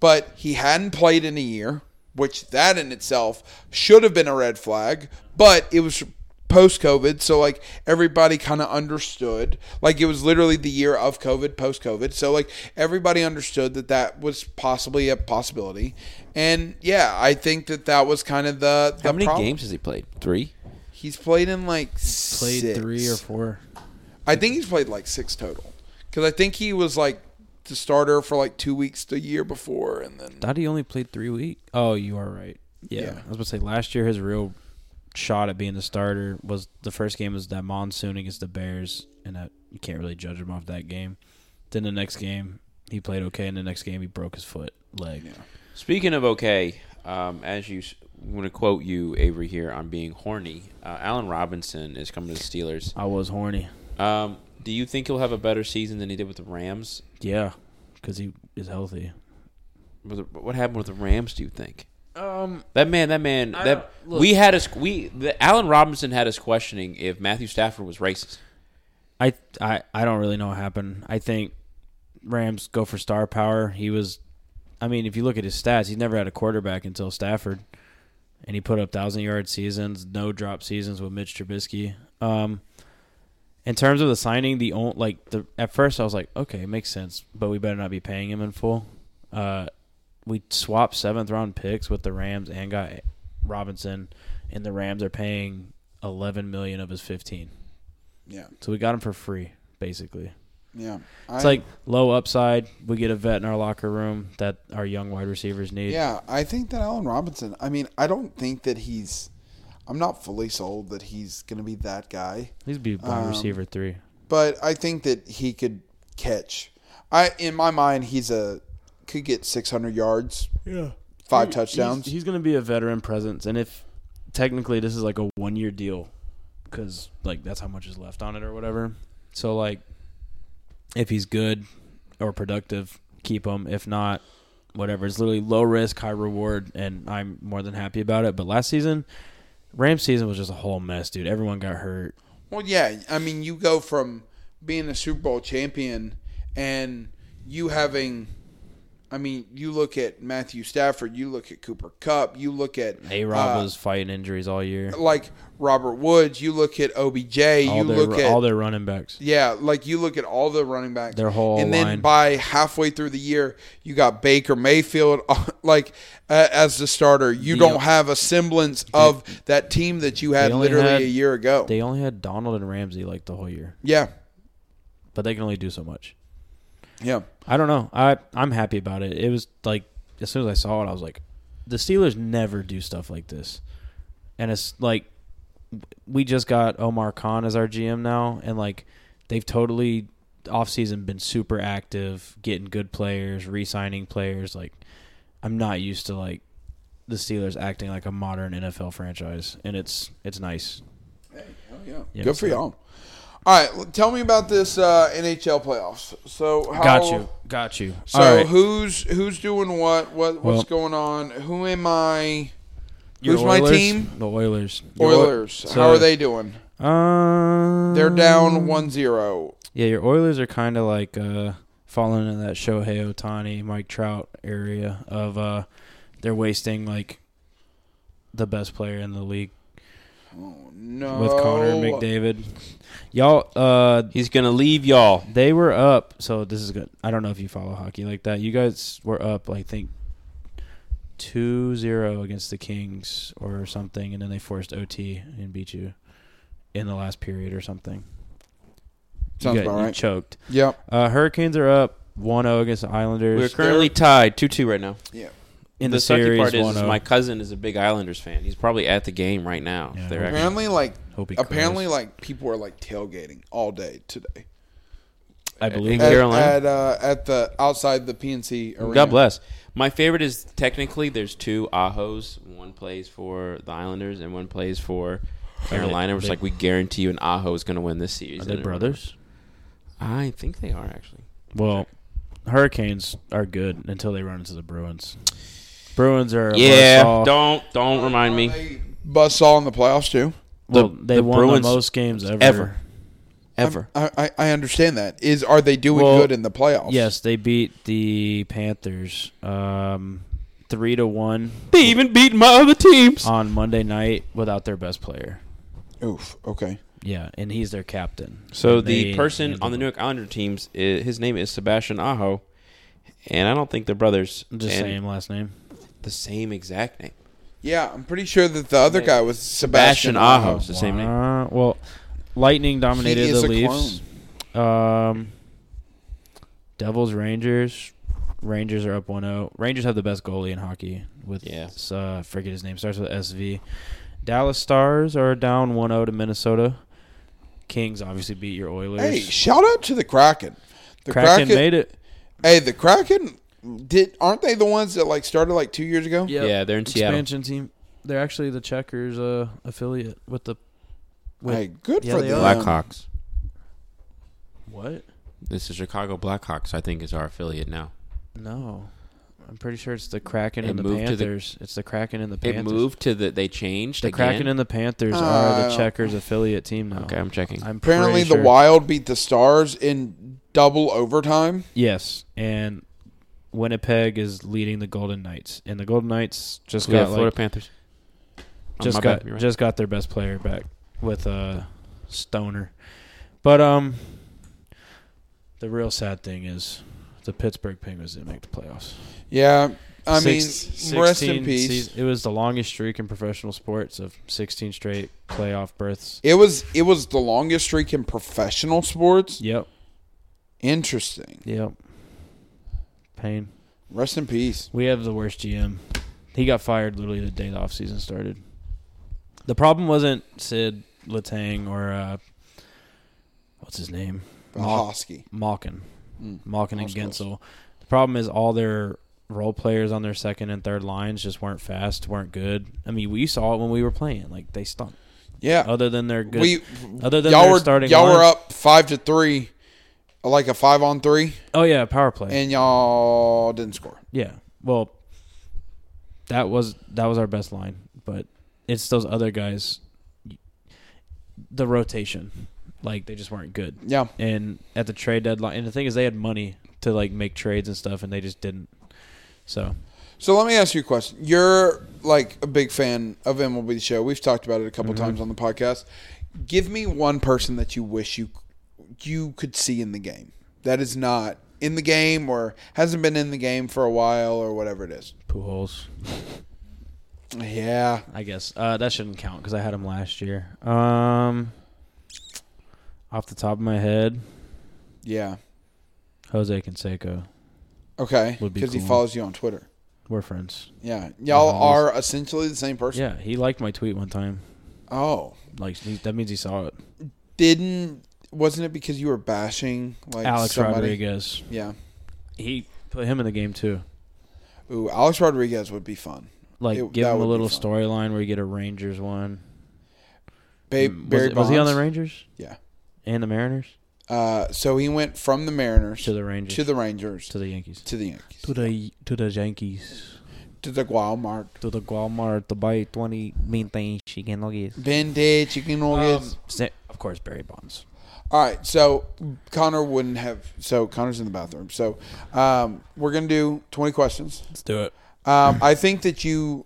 But he hadn't played in a year, which that in itself should have been a red flag. But it was post COVID, so like everybody kind of understood. Like it was literally the year of COVID, post COVID. So like everybody understood that that was possibly a possibility. And yeah, I think that that was kind of the, the
how many
problem.
games has he played? Three.
He's played in like
played
six.
three or four.
I think he's played like six total. Because I think he was like the starter for like two weeks the year before, and then
Thought he only played three weeks. Oh, you are right. Yeah.
Yeah.
I was gonna say last year his real shot at being the starter was the first game was that monsoon against the Bears, and that you can't really judge him off that game. Then the next game he played okay, and the next game he broke his foot leg.
Speaking of okay, um, as you, I'm going to quote you, Avery, here on being horny. Uh, Allen Robinson is coming to the Steelers.
I was horny.
Um, do you think he'll have a better season than he did with the Rams?
Yeah, because he is healthy.
Was it- What happened with the Rams? Do you think
Um,
that man? That man.
I
that
don't- look.
we had us. We the, Allen Robinson had us questioning if Matthew Stafford was racist.
I I I don't really know what happened. I think Rams go for star power. He was, I mean, if you look at his stats, he's never had a quarterback until Stafford, and he put up thousand yard seasons, no drop seasons with Mitch Trubisky. Um, in terms of the signing, the only like the at first I was like, okay, it makes sense, but we better not be paying him in full. Uh, we swapped seventh round picks with the Rams and got Robinson, and the Rams are paying eleven million of his fifteen,
Yeah.
so we got him for free basically.
Yeah.
It's like low upside. We get a vet in our locker room that our young wide receivers need.
Yeah, I think that Allen Robinson. I mean, I don't think that he's. I'm not fully sold that he's going to be that guy,
he's be wide
Um,
receiver three.
but I think that he could catch. I in my mind, he's a could get 600 yards,
Yeah.
five
He-
touchdowns.
He's, he's going to be a veteran presence, and if technically this is like a one year deal, because like that's how much is left on it or whatever. So like, if he's good or productive, keep him. If not, whatever. It's literally low risk, high reward, and I'm more than happy about it. But last season, Rams season was just a whole mess, dude. Everyone got hurt.
Well, yeah. I mean, you go from being a Super Bowl champion and you having. I mean, you look at Matthew Stafford, you look at Cooper Cup, you look at
A Rob
uh,
was fighting injuries all year.
like Robert Woods, you look at OBJ, you
All their
look at
all their running backs.
Yeah, like you look at all the running backs,
Their whole
and then
line.
by halfway through the year, you got Baker Mayfield like uh, as the starter. You
The-
don't have a semblance of that team that you had
only
literally
had-
a year ago.
They only had Donald and Ramsey like the whole year,
yeah,
but they can only do so much.
yeah,
I don't know. I I'm happy about it. It was like as soon as I saw it, I was like, the Steelers never do stuff like this, and it's like we just got Omar Khan as our GM now, and like they've totally offseason been super active, getting good players, re-signing players. Like I'm not used to like the Steelers acting like a modern NFL franchise, and it's it's nice.
yeah.
Yeah,
Good for
so-
y'all. All right, l- tell me about this uh, NHL playoffs. So how,
Got you, got you.
So
All right.
who's who's doing what? What what's
Well-
going on? Who am I?
Your
who's my
Oilers?
team?
The Oilers. Your Oil-
Oilers. how
so-
are they doing?
Um,
They're down 1-0.
Yeah, your Oilers are kind of like uh, falling in that Shohei Otani, Mike Trout area of uh, they're wasting like the best player in the league
Oh no.
with
Oh.
Connor McDavid. Y'all, uh,
He's gonna leave y'all.
they were up. So this is good. I don't know if you follow hockey like that. You guys were up, like, I think, 2-0 against the Kings or something, and then they forced OT and beat you in the last period or something.
Sounds
you got-
about
you
right.
choked.
Yep.
Uh, Hurricanes are up 1-0 against the Islanders
We're currently tied two two right now.
in
the, oh.
the,
sucky
series. oh.
part is,
1-0.
is my cousin is a big Islanders fan. He's probably at the game right now.
Yeah.
They're actually,
Apparently, like
Hope he
apparently,
cries.
like people are like tailgating all day today
I believe.
Uh,
at,
Carolina?
at, uh, at the outside the PNC arena.
God bless. My favorite is technically there's two Ahos. One plays for the Islanders and one plays for Carolina. Which
they-
like we guarantee you an Aho is going to win this series.
Are they
And it-
brothers?
I think they are actually.
Well, Hurricanes are good until they run into the Bruins. Bruins are a
yeah,
buzzsaw.
don't don't remind me
Bus saw in the playoffs too.
well,
the-
they
the
won
Bruins
the most games ever.
ever. ever.
I, I I understand that. Is are they doing
Well,
good in the playoffs?
Yes, they beat the Panthers um, three to one
they even beat my other teams.
on Monday night without their best player.
Oof. Okay.
Yeah, and he's their captain.
So
And
the
they
person
handled
on the
it.
Newark Islander teams, i his name is Sebastian Aho, and I don't think they're brothers.
the
and
same last name.
the same exact name.
Yeah, I'm pretty sure that the other
They-
guy was Sebastian,
Sebastian Aho.
Aho.
It's the same name.
Wah. Well, Lightning
Uh-huh. He
dominated
is a
the Leafs.
clone.
Um, Devils, Rangers. Rangers are up 1-0. Rangers have the best goalie in hockey with
Yeah.
uh I forget his name starts with SV. Dallas Stars are down 1-0 to Minnesota. Kings obviously beat your Oilers.
Hey, shout out to the Kraken. The
Kraken, made it.
Hey, the Kraken did. Aren't they the ones that like started like two years ago?
Yeah, they're in Seattle.
Expansion team. They're actually the Checkers uh, affiliate with the with
Hey, good
Yeah,
for
they
them.
are.
Blackhawks.
what?
This is Chicago Blackhawks. I think is our affiliate now.
No. I'm pretty sure it's the Kraken
It
and the
moved to the-
Panthers. it's the Kraken and the
It
Panthers.
moved to the. They changed
The
again?
Kraken and the Panthers are
Oh.
the Checkers affiliate team now.
Okay, I'm checking.
I'm
Apparently,
pretty
the
sure-
Wild beat the Stars in double overtime.
Yes, and Winnipeg is leading the Golden Knights, and the Golden Knights just
yeah,
got
Florida
like,
Panthers. Oh,
just
my
got
bad, you're right.
just got their best player back with uh, Stoner, But um, the real sad thing is the Pittsburgh Penguins didn't make the playoffs.
Yeah, I
Six-
mean, rest in
16
peace.
seas- it was the longest streak in professional sports of 16 straight playoff berths.
It was it was the longest streak in professional sports.
Yep.
Interesting.
Yep. Pain.
Rest in peace.
We have the worst GM. He got fired literally the day the offseason started. The problem wasn't Sid Letang or uh, what's his name? Mal-
Hosky.
Malkin.
Mm.
Malkin and
That was
Gensel. The problem is all their role players on their second and third lines just weren't fast, weren't good. I mean, we saw it when we were playing. Like they stunk.
Yeah.
Other than their Oh, good
We
other than
y'all
their
were
starting
y'all were
line-
up five to three, like a five on three,
Oh yeah, power play.
and y'all didn't score.
Yeah. Well, that was that was our best line, but it's those other guys. The rotation, like they just weren't good.
Yeah.
And at the trade deadline, and the thing is, they had money to like make trades and stuff, and they just didn't. So
So let me ask you a question. You're like a big fan of MLB The Show. We've talked about it a couple
Mm-hmm.
times on the podcast. Give me one person that you wish you you could see in the game that is not in the game or hasn't been in the game for a while or whatever it is.
Pujols,
Yeah,
I guess uh, that shouldn't count because I had him last year. Um, off the top of my head,
yeah.
Jose Canseco.
Okay,
Would be
because he
cool.
follows you on Twitter.
We're friends.
Yeah, y'all
follows.
are essentially the same person.
Yeah, he liked my tweet one time.
Oh,
Like he, that means he saw it.
didn't wasn't it because you were bashing like
Alex
somebody?
Rodriguez.
Yeah.
he put him in the game too.
Ooh, Alex Rodriguez would be fun.
Like
It-
give
that
him
would
a
be
little
fun.
storyline where you get a Rangers one.
Ba-
Mm,
Barry
was, was he on the
Bonds?
Rangers
Yeah.
and the Mariners
Uh, so he went from the Mariners
to the Rangers
to the Rangers
to the Yankees
to the Yankees
to the to the Yankees
to the Walmart.
to the Walmart to buy twenty mean things she can get.
Vintage chicken
Um,
nuggets.
of course, Barry Bonds.
All right, so Connor wouldn't have. So Connor's in the bathroom. So um, we're gonna do twenty questions.
Let's do it.
Um, I think that you,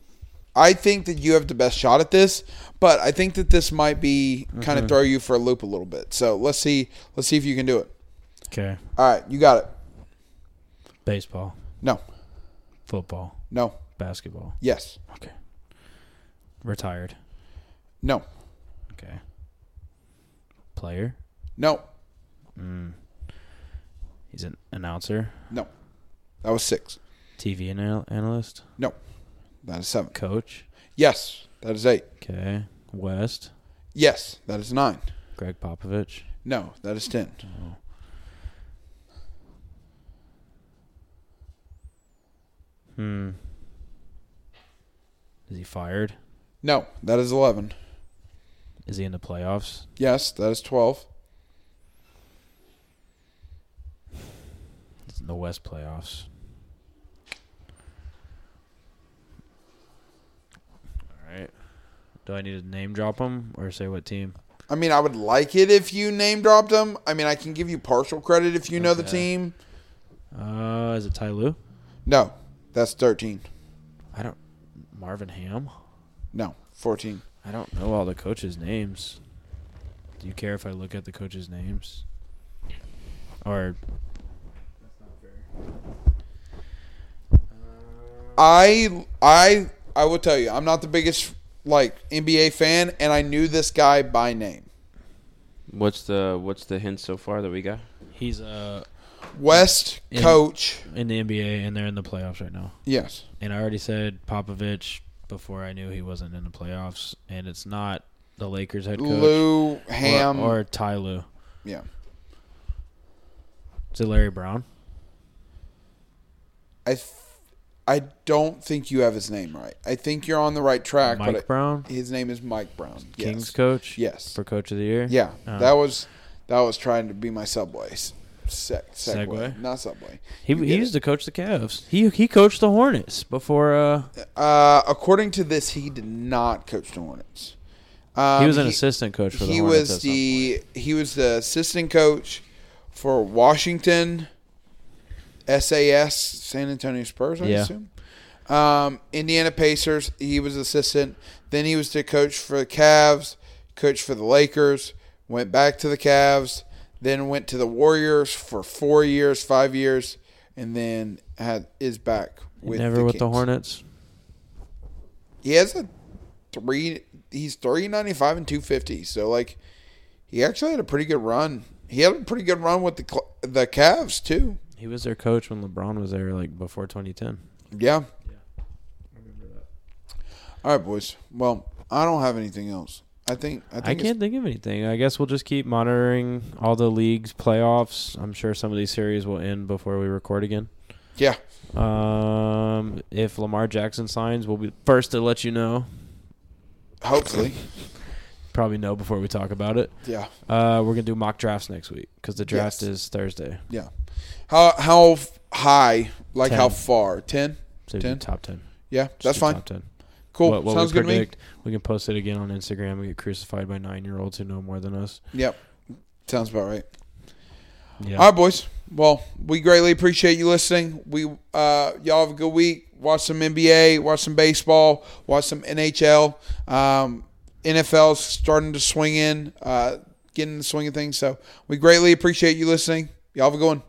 I think that you have the best shot at this, but I think that this might be kind of throw you for a loop a little bit. So let's see, let's see if you can do it.
Okay,
All right, you got it.
baseball,
No,
football,
no,
basketball.
yes,
Okay, retired.
no,
Okay, player.
no,
He's an announcer,
no. That was six.
TV anal- analyst,
No, that is seven.
coach.
Yes, that is eight.
Okay. West,
Yes, that is nine.
Greg Popovich,
No, that is ten.
Hmm. Is he fired?
No, that is eleven.
Is he in the playoffs?
Yes, that is twelve.
He's in the West playoffs. All right. Do I need to name drop him or say what team?
I mean, I would like it if you name dropped them. I mean, I can give you partial credit if you know the
Okay.
team.
Uh, is it Ty Lue?
No, that's 13.
I don't. Marvin Ham?
No, 14.
I don't know all the coaches' names. Do you care if I look at the coaches' names? Or
I I I will tell you, I'm not the biggest like NBA fan and I knew this guy by name.
What's the what's the hint so far that we got?
he's uh
West
Yeah.
coach.
in the NBA and they're in the playoffs right now.
Yes.
And I already said Popovich before I knew he wasn't in the playoffs, and it's not the Lakers head coach
Lou
or,
Ham.
or Ty Lue.
yeah.
Is it Larry Brown?
I th- I don't think you have his name right. I think you're on the right track,
Mike
but I-
Brown,
his name is Mike Brown. Yes.
Kings coach
Yes.
for coach of the year.
Yeah,
Oh.
that was that was trying to be my subway. Seg- segway,
Segway?
not subway.
he
You
he
get
used to coach the Cavs. He he coached the Hornets before. Uh,
Uh, according to this, he did not coach the Hornets. Um,
he was an assistant coach for the
he
Hornets.
was
at some point.
the he was the assistant coach for Washington, SAS, San Antonio Spurs, I
Yeah.
assume. Um, Indiana Pacers. He was assistant. Then he was the coach for the Cavs. Coach for the Lakers. Went back to the Cavs. then went to the Warriors for four years, five years, and then had is back with
Never
the
with the
Kings.
Hornets.
He has a three. He's three ninety five and two fifty. So like, he actually had a pretty good run. He had a pretty good run with the Cl- the Cavs too.
He was their coach when LeBron was there, like before 2010.
Yeah. All right, boys. Well, I don't have anything else. I think I think
I
it's-
can't think of anything. I guess we'll just keep monitoring all the leagues playoffs. I'm sure some of these series will end before we record again.
Yeah.
Um, if Lamar Jackson signs, we'll be first to let you know.
Hopefully.
Probably know before we talk about it.
Yeah.
Uh, we're gonna do mock drafts next week because the draft
Yes.
is Thursday.
Yeah. How how f- high? Like how
Ten.
far? Ten.
So we do
Ten.
top ten.
Yeah.
Just
That's
do
fine.
Top ten.
Cool.
What, what
Sounds
we
good to me.
predict, we can post it again on Instagram. We get crucified by nine year olds who know more than us.
Yep. Sounds about right.
Yeah.
All right, boys. Well, we greatly appreciate you listening. We uh, y'all have a good week. Watch some NBA, watch some baseball, watch some NHL. Um, NFL's starting to swing in, uh, getting the swing of things. So we greatly appreciate you listening. Y'all have a good one.